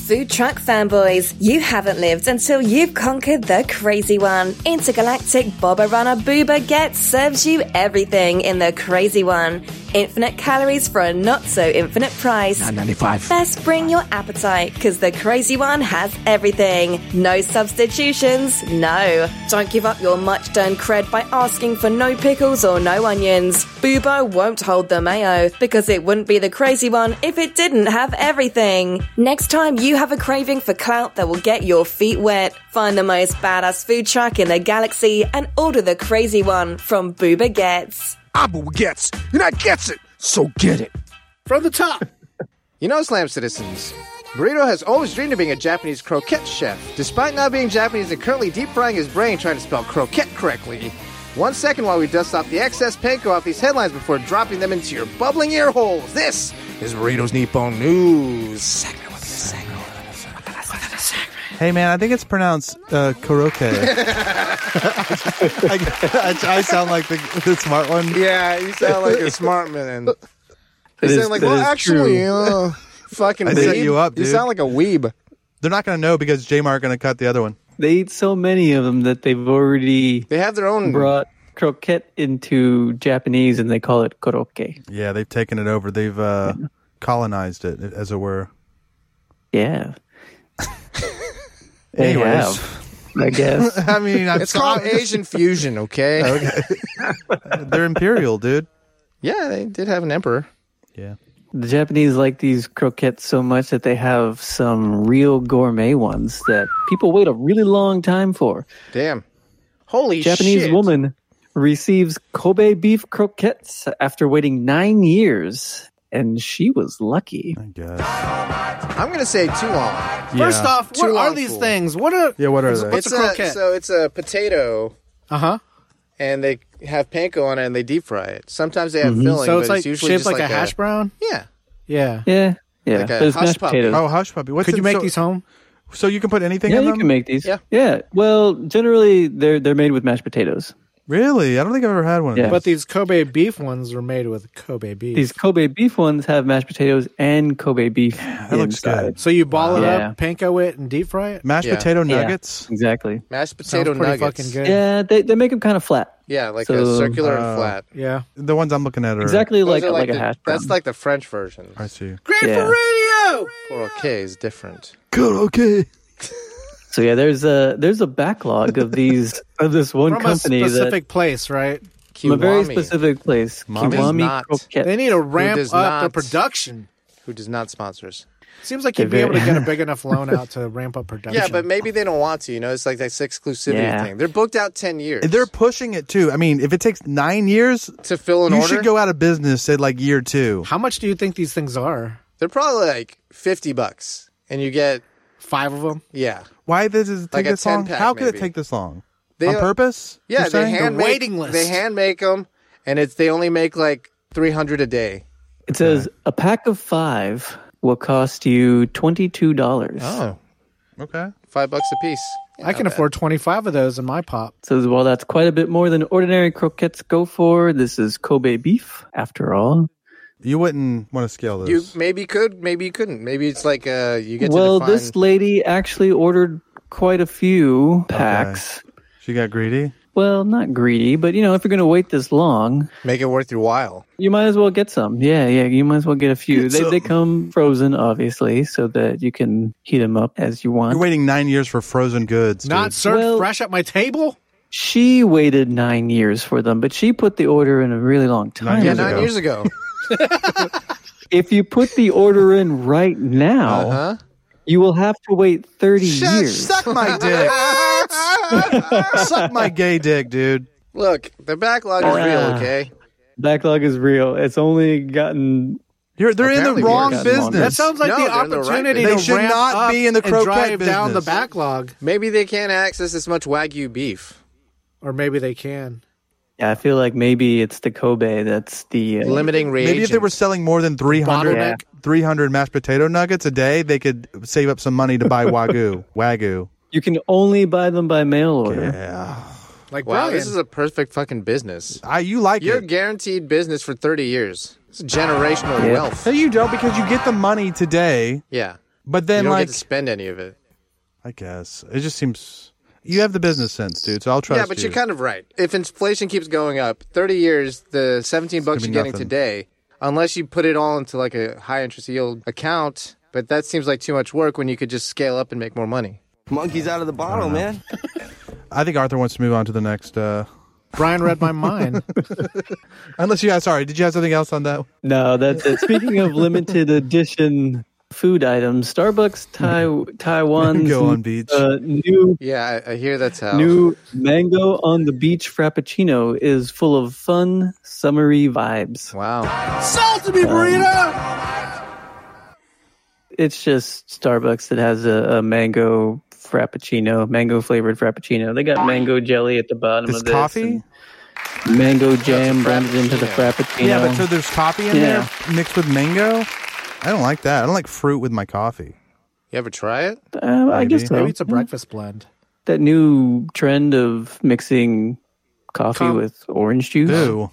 S5: Food truck fanboys, you haven't lived until you've conquered the crazy one. Intergalactic Boba Runner Booba Get serves you everything in the crazy one. Infinite calories for a not so infinite price. Best bring your appetite, because the crazy one has everything. No substitutions, no. Don't give up your much done cred by asking for no pickles or no onions. Boobo won't hold the mayo, because it wouldn't be the crazy one if it didn't have everything. Next time you have a craving for clout that will get your feet wet, find the most badass food truck in the galaxy and order the crazy one from Booba Gets.
S9: Abu gets, and I gets it, so get it.
S1: From the top.
S2: You know, Slam Citizens, Burrito has always dreamed of being a Japanese croquette chef. Despite not being Japanese and currently deep frying his brain trying to spell croquette correctly. One second while we dust off the excess panko off these headlines before dropping them into your bubbling ear holes. This is Burrito's Nippon News. Segment with the
S3: Hey man, I think it's pronounced uh, karaoke. I, I, I sound like the, the smart one.
S2: Yeah, you sound like a smart man.
S6: It
S2: You
S6: is-
S2: sound like,
S6: that
S2: well,
S6: is
S2: actually,
S6: true.
S2: uh, fucking
S3: I set
S2: weeb.
S3: you up,
S2: You
S3: dude.
S2: sound like a weeb.
S3: They're not gonna know because J Mark gonna cut the other one.
S6: They eat so many of them that they've already
S2: They have their own.
S6: brought croquette into Japanese and they call it koroke.
S3: Yeah, they've taken it over. They've uh, colonized it, as it were.
S6: Yeah. They
S3: Anyways,
S6: have, I guess.
S3: I mean, I'm
S2: It's called Asian fusion, okay?
S3: they're imperial, dude.
S2: Yeah, they did have an emperor.
S3: Yeah.
S6: The Japanese like these croquettes so much that they have some real gourmet ones that people wait a really long time for.
S2: Damn. Holy
S6: Japanese
S2: shit.
S6: woman receives Kobe beef croquettes after waiting nine years, and she was lucky.
S3: I guess.
S2: I'm gonna say too long.
S1: First off, what
S2: Too
S1: are
S2: harmful.
S1: these things? What are?
S3: Yeah. What are they?
S1: What's
S2: It's a,
S1: a croquette?
S2: so it's a potato,
S1: Uh huh.
S2: and they have panko on it, and they deep fry it. Sometimes they have filling,
S1: So it's
S2: but
S1: like
S2: it's usually
S1: shaped
S2: just
S1: like, a hash brown.
S2: Yeah,
S1: Yeah.
S6: Yeah, yeah.
S2: Like a
S6: but it's
S2: hush
S6: mashed
S2: puppy.
S6: potatoes.
S3: Oh, hush puppy. What's
S1: Could
S3: it-
S1: you make
S3: so,
S1: these home?
S3: So you can put anything
S6: Yeah,
S3: in
S6: you
S3: them.
S6: can make these.
S2: Yeah.
S6: yeah. Well, generally they're they're made with mashed potatoes.
S3: really? I don't think I've ever had one. Of
S6: Yeah.
S3: these.
S1: But these Kobe beef ones are made with Kobe beef.
S6: These Kobe beef ones have mashed potatoes and Kobe beef
S3: that looks
S6: inside.
S3: good.
S1: so you ball it
S6: Yeah.
S1: up, panko it, and deep fry it.
S3: Mashed
S2: Yeah.
S3: potato
S6: Yeah,
S3: nuggets.
S6: exactly.
S2: mashed
S1: Sounds
S2: potato
S1: pretty
S2: nuggets.
S1: fucking good. Yeah.
S6: Yeah, they they make them kind of flat.
S2: Yeah, like a
S6: So,
S2: circular
S3: uh,
S2: and flat.
S3: The ones I'm looking at are
S6: Exactly
S2: Those
S6: like
S2: are
S6: like, a
S2: the-
S6: hash brown.
S2: That's like the French version.
S3: I see.
S6: yeah.
S2: Croquet is different.
S3: Good. Okay.
S6: So yeah, there's a there's a backlog of these of this one
S1: From a
S6: company that
S1: specific place, right?
S6: from a very
S2: Kiwami,
S6: specific place,
S3: Mommy?
S6: Kiwami
S2: Not.
S6: Croquette.
S1: They need to ramp up
S2: does
S1: the
S2: not-
S1: production.
S2: who does not sponsor us.
S1: Seems like you'd be
S6: They're
S1: able to
S6: very-
S1: get a big enough loan out to ramp up production.
S2: Yeah, but maybe they don't want to. You know, it's like that exclusivity
S6: Yeah.
S2: thing. They're booked out ten years.
S3: They're pushing it too. I mean, if it takes nine years,
S2: to fill an
S3: you
S2: order.
S3: should go out of business at like year two.
S1: how much do you think these things are?
S2: They're probably like fifty bucks, and you get
S1: Five of them.
S2: yeah,
S3: Why does it take
S2: Like a
S3: this long?
S2: 10-pack,
S3: How could
S2: maybe.
S3: it take this long?
S2: They-
S3: On purpose?
S2: yeah.
S3: You're
S2: They
S3: saying?
S2: hand
S1: The
S2: make,
S1: waiting list.
S2: They hand make them, and it's they only make like three hundred a day.
S6: It says a pack of five will cost you twenty two dollars.
S3: okay.
S2: Five bucks a piece.
S1: I can afford twenty five of those in my pop.
S6: Says well, that's quite a bit more than ordinary croquettes go for. This is Kobe beef, after all.
S3: You wouldn't want to scale
S2: You
S3: this.
S2: maybe could, maybe you couldn't. Maybe it's like uh, you get
S6: Well,
S2: to define.
S6: this lady actually ordered quite a few packs.
S3: she got greedy.
S6: well, not greedy, but you know, if you're going to wait this long,
S2: Make it worth your while.
S6: you might as well get some. Yeah, yeah, you might as well get a few.
S3: Get
S6: They, they
S3: some.
S6: come frozen, obviously, so that you can heat them up as you want.
S3: You're waiting nine years for frozen goods. dude.
S1: Not served
S6: Well-
S1: fresh at my table.
S6: she waited nine years for them, but she put the order in a really long time.
S2: Yeah,
S3: Years
S2: nine
S3: ago.
S2: years ago.
S6: If you put the order in right now,
S2: Huh?
S6: you will have to wait 30
S3: Shut-
S6: years.
S3: Suck my dick. Suck my gay dick, dude.
S2: Look, the backlog is real,
S6: Ah.
S2: okay?
S6: Backlog is real. It's only gotten
S3: You're, they're
S2: Apparently
S3: in the
S2: we
S3: wrong
S6: got
S3: business.
S6: longer.
S1: That sounds like
S2: No,
S1: the
S2: they're in the right
S1: opportunity
S2: business.
S1: to
S3: They should
S1: ramp
S3: not
S1: up
S3: be in the
S1: and
S3: croquet
S1: drive down the
S3: business.
S1: backlog,
S2: Maybe they can't access as much Wagyu beef.
S1: or maybe they can.
S6: Yeah, I feel like maybe it's the Kobe that's the uh,
S2: Limiting reagents.
S3: Maybe if they were selling more than 300,
S6: Yeah.
S3: 300 mashed potato nuggets a day, they could save up some money to buy wagyu. wagyu.
S6: You can only buy them by mail order.
S1: Like,
S2: Wow,
S1: Brian,
S2: this is a perfect fucking business.
S3: I you like
S2: You're
S3: it?
S2: guaranteed business for 30 years. It's generational
S6: Yeah.
S2: wealth.
S3: No, you don't because you get the money today,
S2: Yeah.
S3: but
S2: You
S3: then
S2: don't
S3: like
S2: get to spend any of it.
S3: I guess it just seems you have the business sense, dude. So I'll trust
S2: Yeah, but
S3: you.
S2: you're kind of right. If inflation keeps going up, 30 years, the 17 bucks
S3: gonna
S2: you're
S3: be
S2: getting
S3: nothing.
S2: today, unless you put it all into like a high interest yield account, but that seems like too much work when you could just scale up and make more money.
S9: Monkey's out of the bottle, man.
S3: I think Arthur wants to move on to the next. uh
S1: Brian read my mind.
S3: Unless you, sorry, did you have something else on that?
S6: No, that's it. Speaking of limited edition food items, Starbucks Tai Taiwan's
S3: Mango on beach. Oh.
S6: Uh, new
S2: Yeah, I, I hear that's how.
S6: new mango on the beach frappuccino is full of fun summery vibes.
S2: Wow.
S6: It's just Starbucks that has a, a mango frappuccino, mango flavored frappuccino. They got mango jelly at the bottom
S3: This
S6: of this.
S3: coffee?
S6: and Mango jam blended into the
S2: frappuccino.
S6: frappuccino.
S3: yeah, but so there's coffee in
S6: Yeah.
S3: there mixed with mango. I don't like that. I don't like fruit with my coffee.
S2: You ever try it?
S6: Uh, I guess so.
S1: Maybe it's a breakfast blend.
S6: that new trend of mixing coffee with orange juice.
S3: Ew.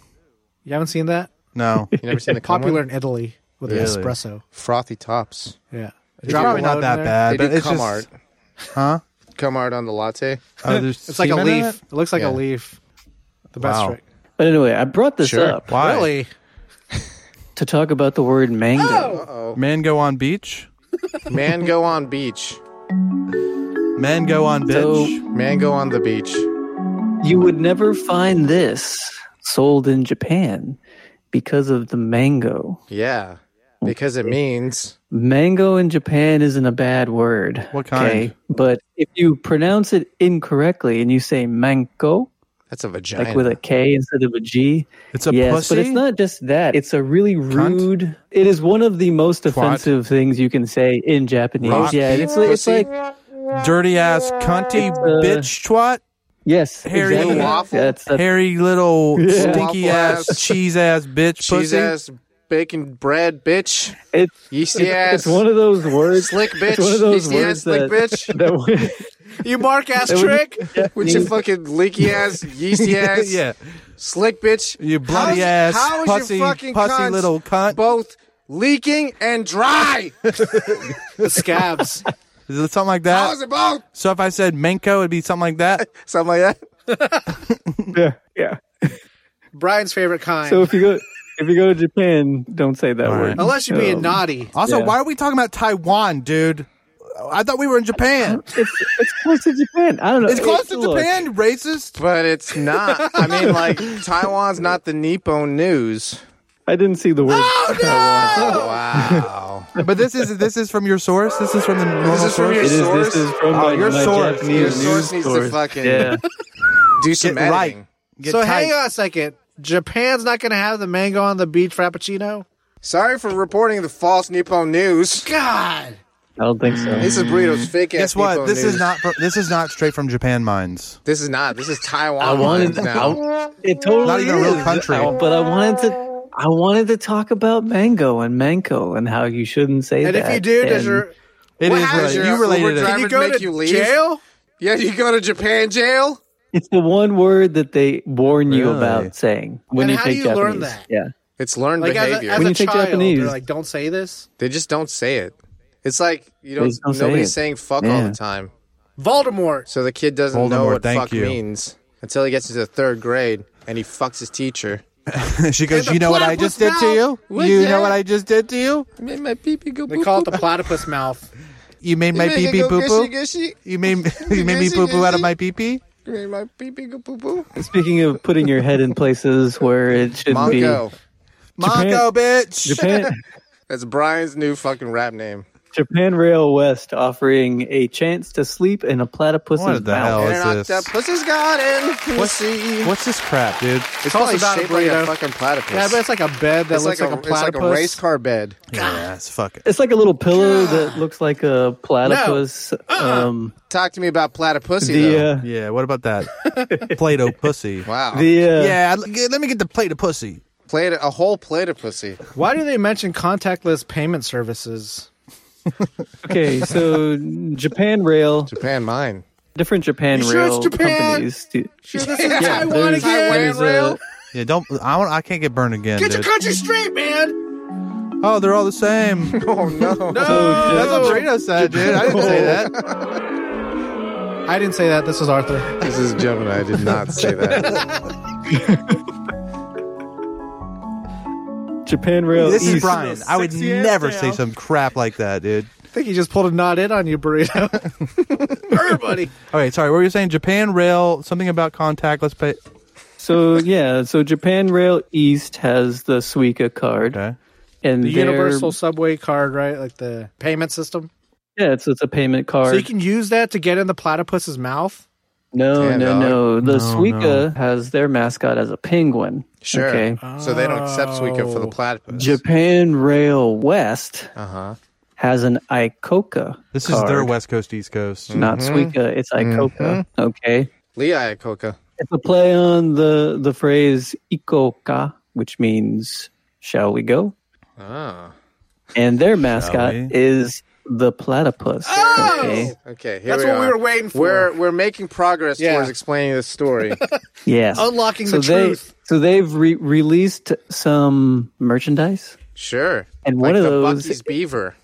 S1: You haven't seen that?
S3: No.
S2: You never seen the common
S1: Popular
S2: one?
S1: in Italy with
S3: Really?
S1: espresso.
S2: frothy tops.
S1: Yeah,
S3: It's probably not that bad,
S2: They
S3: but
S2: do
S3: it's
S2: cum
S3: just
S2: art.
S3: huh?
S2: Cum art on the latte.
S3: Oh, there's
S1: It's like a
S3: semen in
S1: leaf.
S3: it?
S1: It? looks like
S2: Yeah.
S1: a leaf. The best
S3: Wow.
S1: trick.
S6: But anyway, I brought this
S2: Sure.
S6: up
S3: Why?
S1: Really?
S6: to talk about the word mango.
S3: Mango on beach.
S2: Mango on beach.
S3: Mango on
S6: So-
S3: bitch.
S2: Mango on the beach.
S6: You would never find this sold in Japan because of the mango.
S2: Yeah. Because it means
S6: Mango in Japan isn't a bad word.
S3: What kind?
S6: But if you pronounce it incorrectly and you say mango,
S2: that's a vagina.
S6: like with a K instead of a G,
S3: It's a
S6: yes,
S3: pussy.
S6: but it's not just that. It's a really rude. It is one of the most offensive things you can say in Japanese.
S3: Rock
S6: yeah, and it's, like- it's
S2: pussy.
S6: like
S3: Dirty ass cunty
S6: uh,
S3: bitch twat.
S6: yes,
S3: Hairy
S6: exactly.
S2: little waffle.
S6: That's, that's,
S3: Hairy little stinky
S2: Waffle
S3: ass,
S2: ass.
S3: cheese ass bitch
S2: cheese
S3: pussy.
S2: ass bacon bread bitch.
S6: it's,
S2: Yeasty ass.
S6: it's one of those words.
S2: slick bitch.
S6: It's one of those
S2: Yeasty ass
S6: words
S2: slick
S6: that,
S2: bitch.
S6: that when-
S1: You mark ass
S6: that when-
S1: trick.
S2: With your fucking leaky ass, yeasty ass,
S3: yeah,
S2: slick bitch.
S3: you bloody
S2: How's-
S3: ass
S2: how is your
S3: pussy,
S2: fucking
S3: pussy
S2: cunts
S3: little cunt.
S2: Both leaking and dry.
S1: Scabs.
S3: Uh, Is it something like that?
S2: How's it both?
S3: So if I said mango, it'd be something like that.
S2: Something like that.
S6: yeah, yeah.
S1: Brian's favorite kind.
S6: So if you go if you go to Japan, don't say that
S3: All
S6: word.
S3: right.
S1: Unless you're being
S6: Um,
S1: naughty.
S3: Also,
S6: Yeah.
S3: why are we talking about Taiwan, dude? I thought we were in Japan.
S6: It's, it's close to Japan. I don't know.
S3: It's close to
S6: look,
S3: Japan, racist.
S2: But it's not. I mean, like Taiwan's not the Nippon news.
S6: I didn't see the word.
S2: Oh,
S3: Oh.
S2: Wow.
S3: But this is this is from your source. This is from the normal
S2: is from
S3: source.
S2: your
S6: It is.
S2: source?
S6: This is from
S3: Oh,
S6: my,
S3: your
S6: my
S3: source.
S6: Japanese
S2: Your source
S6: news
S2: needs to
S6: source.
S2: fucking-
S6: Yeah.
S2: Do some
S3: Get right.
S2: editing.
S3: Get
S1: so
S3: tight.
S1: hang on a second. Japan's not going to have the mango on the beach frappuccino.
S2: Sorry for reporting the false Nippon news.
S1: God.
S6: I don't think so.
S2: This is Burrito's fake ass.
S3: Guess what?
S2: Nippon
S3: This
S2: news.
S3: is not from, this is not straight from Japan mines.
S2: This is not. This is Taiwan.
S6: I wanted
S2: lines now.
S6: It totally
S3: Not even a real
S6: is.
S3: country.
S6: I- but I wanted to. I wanted to talk about mango and mango and how you shouldn't say
S1: And
S6: that.
S1: if you do, does
S6: and-
S1: your
S3: It
S2: What
S3: is
S2: happens
S3: related.
S2: your
S3: You
S2: Uber
S3: related it.
S2: driver-
S1: can you
S2: would
S1: go
S2: make
S1: to
S2: you leave?
S1: jail?
S2: Yeah, you go to Japan jail.
S6: It's the one word that they warn you
S3: Really?
S6: about saying when
S1: And
S6: you
S1: how
S6: take
S1: do you
S6: Japanese.
S1: learn that?
S6: Yeah,
S2: It's learned
S1: Like as a,
S2: behavior.
S1: as
S6: When
S1: a
S6: you take
S1: child,
S6: Japanese-
S1: they're like, don't say this.
S2: they just don't say it. It's like you
S6: They
S2: don't.
S6: just don't say
S2: nobody's
S6: it.
S2: saying fuck all
S6: Yeah.
S2: the time,
S1: Voldemort.
S2: so the kid doesn't know
S3: Voldemort,
S2: what
S3: thank
S2: fuck
S3: you.
S2: means. until he gets into the third grade and he fucks his teacher.
S3: she goes,
S2: the
S3: "You know what I
S2: platypus
S3: just did to
S2: mouth
S3: you?
S2: was
S3: you
S2: there.
S3: know what I just did to you?
S2: I made my pee pee go
S1: They call it the platypus mouth.
S3: You made my pee pee poo poo.
S2: Gushy,
S3: You made you made me
S2: Gushy,
S3: poo poo out of
S2: gushy.
S3: my pee pee.
S2: You made my pee pee go poo poo.
S6: Speaking of putting your head in places where it shouldn't
S2: Mongo.
S3: Mongo, bitch.
S6: be, Japan,
S2: That's Brian's new fucking rap name.
S6: Japan Rail West offering a chance to sleep in a platypus's
S3: What the
S6: mouth.
S3: hell? What's
S2: And an
S3: this?
S2: octopus's got in
S3: What's-
S2: pussy.
S3: What's this crap, dude?
S2: It's probably
S1: also about a
S2: shaped like
S1: burrito.
S2: a fucking platypus.
S1: Yeah, but it's like a bed that
S2: It's
S1: looks like, a,
S2: it's like
S1: platypus.
S2: a race car bed.
S3: Yeah, it's fuck it.
S6: It's like a little pillow that looks like a platypus.
S1: Uh-uh.
S6: Um,
S2: Talk to me about platypus.
S6: the
S2: though.
S6: uh,
S3: Yeah, what about that Play-Doh pussy?
S2: wow.
S6: the uh,
S3: Yeah, I'd- g- let me get the plate of pussy.
S2: Plate, a whole plate of pussy.
S1: Why do they mention contactless payment services?
S6: okay, so Japan Rail,
S2: Japan mine.
S6: different Japan
S1: You sure
S6: Rail
S1: it's Japan?
S6: companies. do-
S1: this is Taiwan
S6: there's-
S1: again?
S6: there's a-
S3: Yeah, don't. I want. I can't get burned again,
S1: Get your
S3: dude.
S1: country straight, man.
S3: oh, they're all the same.
S2: Oh no.
S1: No,
S3: That's what Burrito said, dude. I didn't say that.
S1: I didn't say that. This was Arthur.
S2: This is Gemini. I did not say that.
S6: Japan Rail.
S3: This is
S6: East.
S3: Brian. I would
S1: Sexy ass
S3: never
S1: now.
S3: say some crap like that, dude.
S1: I think he just pulled a knot in on you, burrito. Everybody.
S3: Okay, sorry. What were you saying? Japan Rail, something about contact. Let's pay.
S6: So yeah, so Japan Rail East has the Suica card,
S3: Okay.
S6: and
S1: The
S6: they're-
S1: universal subway card, right? Like the payment system.
S6: Yeah, it's it's a payment card.
S1: So you can use that to get in the platypus's mouth.
S6: no,
S2: Damn,
S6: no,
S2: dog.
S6: no. The
S3: No,
S6: Suica
S3: no. Uh,
S6: has their mascot as a penguin.
S2: Sure.
S6: Okay.
S2: So they don't accept Suica for the
S1: Oh.
S2: platypus.
S6: Japan Rail West
S2: Uh huh.
S6: has an Icoca.
S3: Uh-huh. This
S6: card.
S3: is their West Mm-hmm. Coast, East Coast.
S6: not Suica. It's Icoca. Okay.
S2: Lee Iacocca.
S6: It's a play on the the phrase Icoca, which means "Shall we go?"
S2: Ah.
S6: and their mascot
S3: we?
S6: is the platypus.
S2: Oh!
S6: Okay.
S2: Okay. Here
S1: That's
S2: we
S1: what we
S2: are.
S1: were waiting for.
S2: We're we're making progress
S1: Yeah.
S2: towards explaining this story.
S6: Yes.
S1: Unlocking
S6: so
S1: the
S6: they
S1: truth.
S6: so they've re- released some merchandise.
S2: sure.
S6: And
S2: like
S6: one of
S2: the
S6: those-
S2: Bucky's beaver.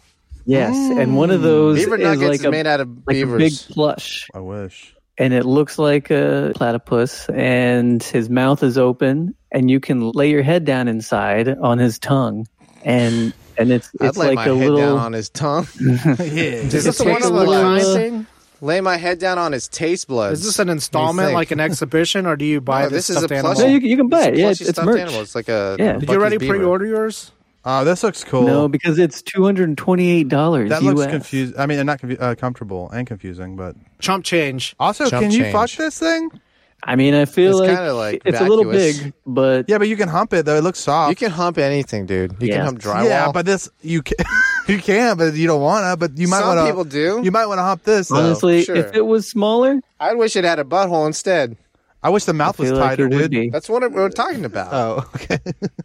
S6: Yes, and one of those
S2: Hmm. Beaver
S6: is
S2: nuggets
S6: like
S2: is
S6: a
S2: made out of
S6: like a big
S2: beavers.
S6: plush,
S3: I wish.
S6: and it looks like a platypus, and his mouth is open, and you can lay your head down inside on his tongue, and and it's
S2: I'd
S6: it's
S2: lay
S6: like
S2: my
S6: a
S2: head
S6: little
S2: down on his tongue.
S1: Is this
S6: it
S1: the one
S6: takes
S1: of
S6: a
S1: the
S6: little,
S1: kind
S6: uh,
S1: thing?
S2: lay my head down on his taste blood.
S1: Is this an installment,
S2: think?
S1: like an exhibition, or do you buy
S2: No,
S1: this?
S2: this is a
S1: stuffed animal?
S2: plush-
S6: no, you, you can buy it.
S2: It's
S6: Yeah,
S2: plushy
S6: it's, it's
S2: stuffed
S6: merch.
S2: animal. It's like a.
S6: Yeah.
S2: Bucky's
S6: Did
S1: Did you already
S2: beaver.
S1: pre-order yours?
S3: Oh, this looks cool.
S6: No, because it's two hundred and twenty-eight dollars.
S3: that
S6: US.
S3: looks confused. I mean, they're not confu- uh, comfortable and confusing, but
S1: Chump change.
S3: also,
S2: Chump
S3: can you
S2: change.
S3: fuck this thing?
S6: I mean, I feel
S2: It's
S6: like,
S2: kinda, like,
S6: it's a little
S2: vacuous.
S6: big, but
S3: Yeah, but you can hump it though. It looks soft.
S2: You can hump anything, dude. You can
S6: Yeah.
S2: hump drywall.
S3: Yeah, but this you can you can, but you don't wanna. But you might
S2: Some
S3: wanna.
S2: people do.
S3: You might wanna hump this. Though.
S6: honestly,
S2: sure.
S6: if it was smaller,
S2: I wish it had a butthole instead.
S3: I wish the mouth
S6: I
S3: was
S6: feel like
S3: tighter,
S6: it would
S3: dude.
S6: be.
S2: That's what we're talking about.
S3: Oh, okay.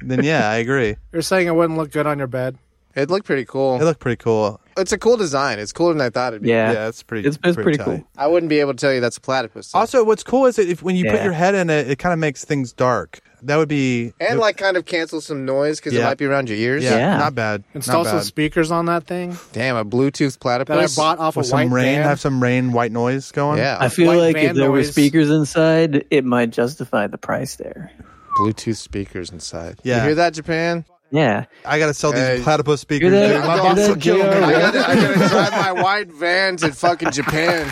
S3: then yeah, I agree.
S1: You're saying it wouldn't look good on your bed.
S2: It looked pretty cool.
S3: It looked pretty cool.
S2: it's a cool design. It's cooler than I thought it'd be.
S6: Yeah,
S3: Yeah, it's pretty.
S6: It's- it's pretty
S3: tight.
S6: cool.
S2: I wouldn't be able to tell you that's a platypus. though.
S3: Also, what's cool is that if when you put
S6: Yeah.
S3: your head in it, it kind of makes things dark. That would be
S2: and
S3: it-
S2: like kind of cancel some noise because it
S3: Yeah.
S2: might be around your ears.
S3: yeah,
S6: Yeah.
S3: not bad.
S1: Install
S3: not
S1: some
S3: bad.
S1: speakers on that thing
S2: Damn, a Bluetooth
S1: that I
S2: platypus.
S1: bought off a
S3: With
S1: white
S3: some rain,
S1: van.
S3: have some rain, white noise going.
S2: Yeah,
S6: I feel
S1: White
S6: like
S1: van
S6: if there were
S1: noise.
S6: speakers inside, it might justify the price there.
S2: Bluetooth speakers inside.
S3: Yeah.
S2: you hear that, Japan?
S6: Yeah,
S3: I gotta sell these
S2: Hey.
S3: platypus speakers.
S6: You're the-
S3: dude. My
S6: you're
S3: boss
S6: the
S3: will kill me.
S6: JR.
S2: I
S3: I got-
S2: gotta, I gotta drive my white van to fucking Japan.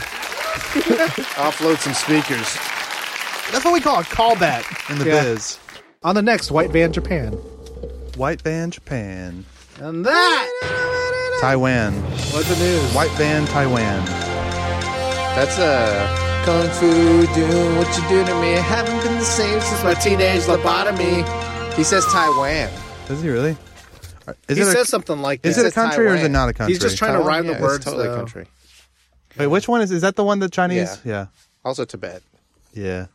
S2: Offload some speakers.
S3: That's what we call a callback in the
S1: Yeah.
S3: biz.
S1: on the next White Van Japan.
S3: White van Japan,
S1: And that
S3: Taiwan,
S1: was the news.
S3: white van Taiwan.
S2: That's a kung fu do what you do to me. Haven't been the same since my teenage lobotomy. He says Taiwan.
S3: Is he really? Is
S1: He
S3: it a,
S1: says something like
S3: is
S1: that.
S3: it a
S2: says
S3: country or is it
S2: Taiwan.
S3: not a country?
S1: He's just trying to
S2: Taiwan,
S1: rhyme
S2: yeah,
S1: the
S2: it's
S1: words.
S2: Totally
S1: though.
S2: country.
S3: Wait, which one is? Is that the one the Chinese?
S2: Yeah.
S3: yeah.
S2: Also Tibet.
S3: Yeah.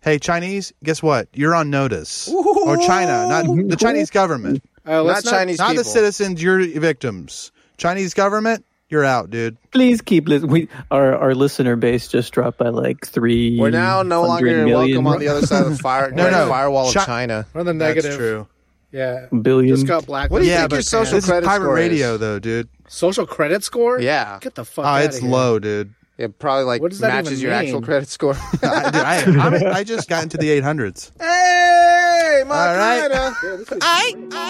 S3: Hey, Chinese, guess what? You're on notice. Or China, not the Chinese government.
S1: Uh,
S2: Not
S1: let's not-
S2: Chinese
S3: Not
S2: people.
S3: the citizens, you're victims. Chinese government, you're out, dude.
S6: please keep li- we our our listener base just dropped by like three.
S2: We're now no longer welcome on the other side of the fire,
S3: No, no.
S2: firewall
S3: Chi-
S2: of China.
S1: We're the negative.
S3: That's true.
S1: Yeah.
S6: billion.
S1: Just got black.
S2: What do you
S3: yeah,
S2: think
S3: but
S2: your social
S3: this is
S2: credit
S3: pirate
S2: score
S3: radio
S2: is?
S3: though, dude.
S1: Social credit score?
S2: Yeah.
S1: Get the fuck
S3: Oh,
S1: out
S3: it's
S1: of here.
S3: low, dude.
S1: It probably like
S11: What does that
S1: matches
S11: even
S1: your
S11: mean?
S1: actual credit score.
S3: I, dude, I, I'm- I just got into the 800s.
S1: hey,
S3: All right.
S1: Macarena.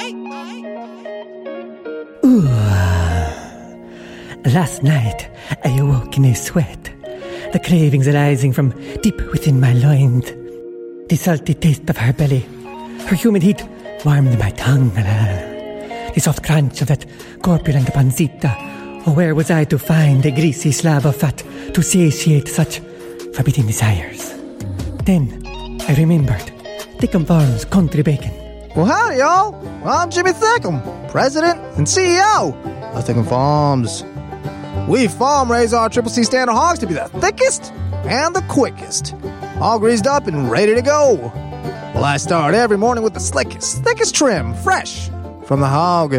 S10: Last night, I awoke in a sweat, the cravings arising from deep within my loins. The salty taste of her belly, her humid heat warmed my tongue. The soft crunch of that corpulent pancita. Oh, where was I to find a greasy slab of fat to satiate such forbidding desires? Then I remembered Thickum Farms country bacon.
S2: Well, howdy, y'all. Well, I'm Jimmy Thickum, president and E CEO of Thickum Farms. We farm raise our Triple C standard hogs to be the thickest and the quickest, all greased up and ready to go. Well, I start every morning with the slickest, thickest trim, fresh from the hog.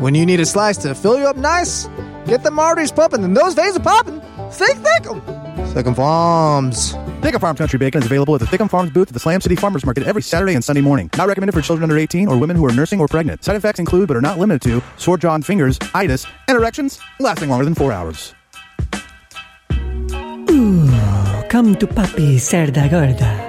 S2: When you need a slice to fill you up nice, get them arteries pumping and those veins are popping, thick Thickum. Thickum Farms.
S3: Thickum Farms Country Bacon is available at the Thickum Farms booth at the Slam City Farmers Market every Saturday and Sunday morning. Not recommended for children under 18 or women who are nursing or pregnant. Side effects include, but are not limited to, sore jaw and fingers, itis, and erections lasting longer than four hours.
S10: Come to Papi Cerda Gorda.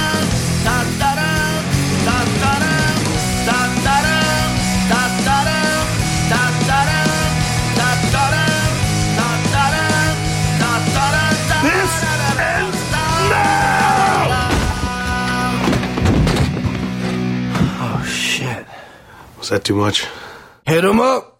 S4: This ends now!
S12: Was that too much? Hit him up!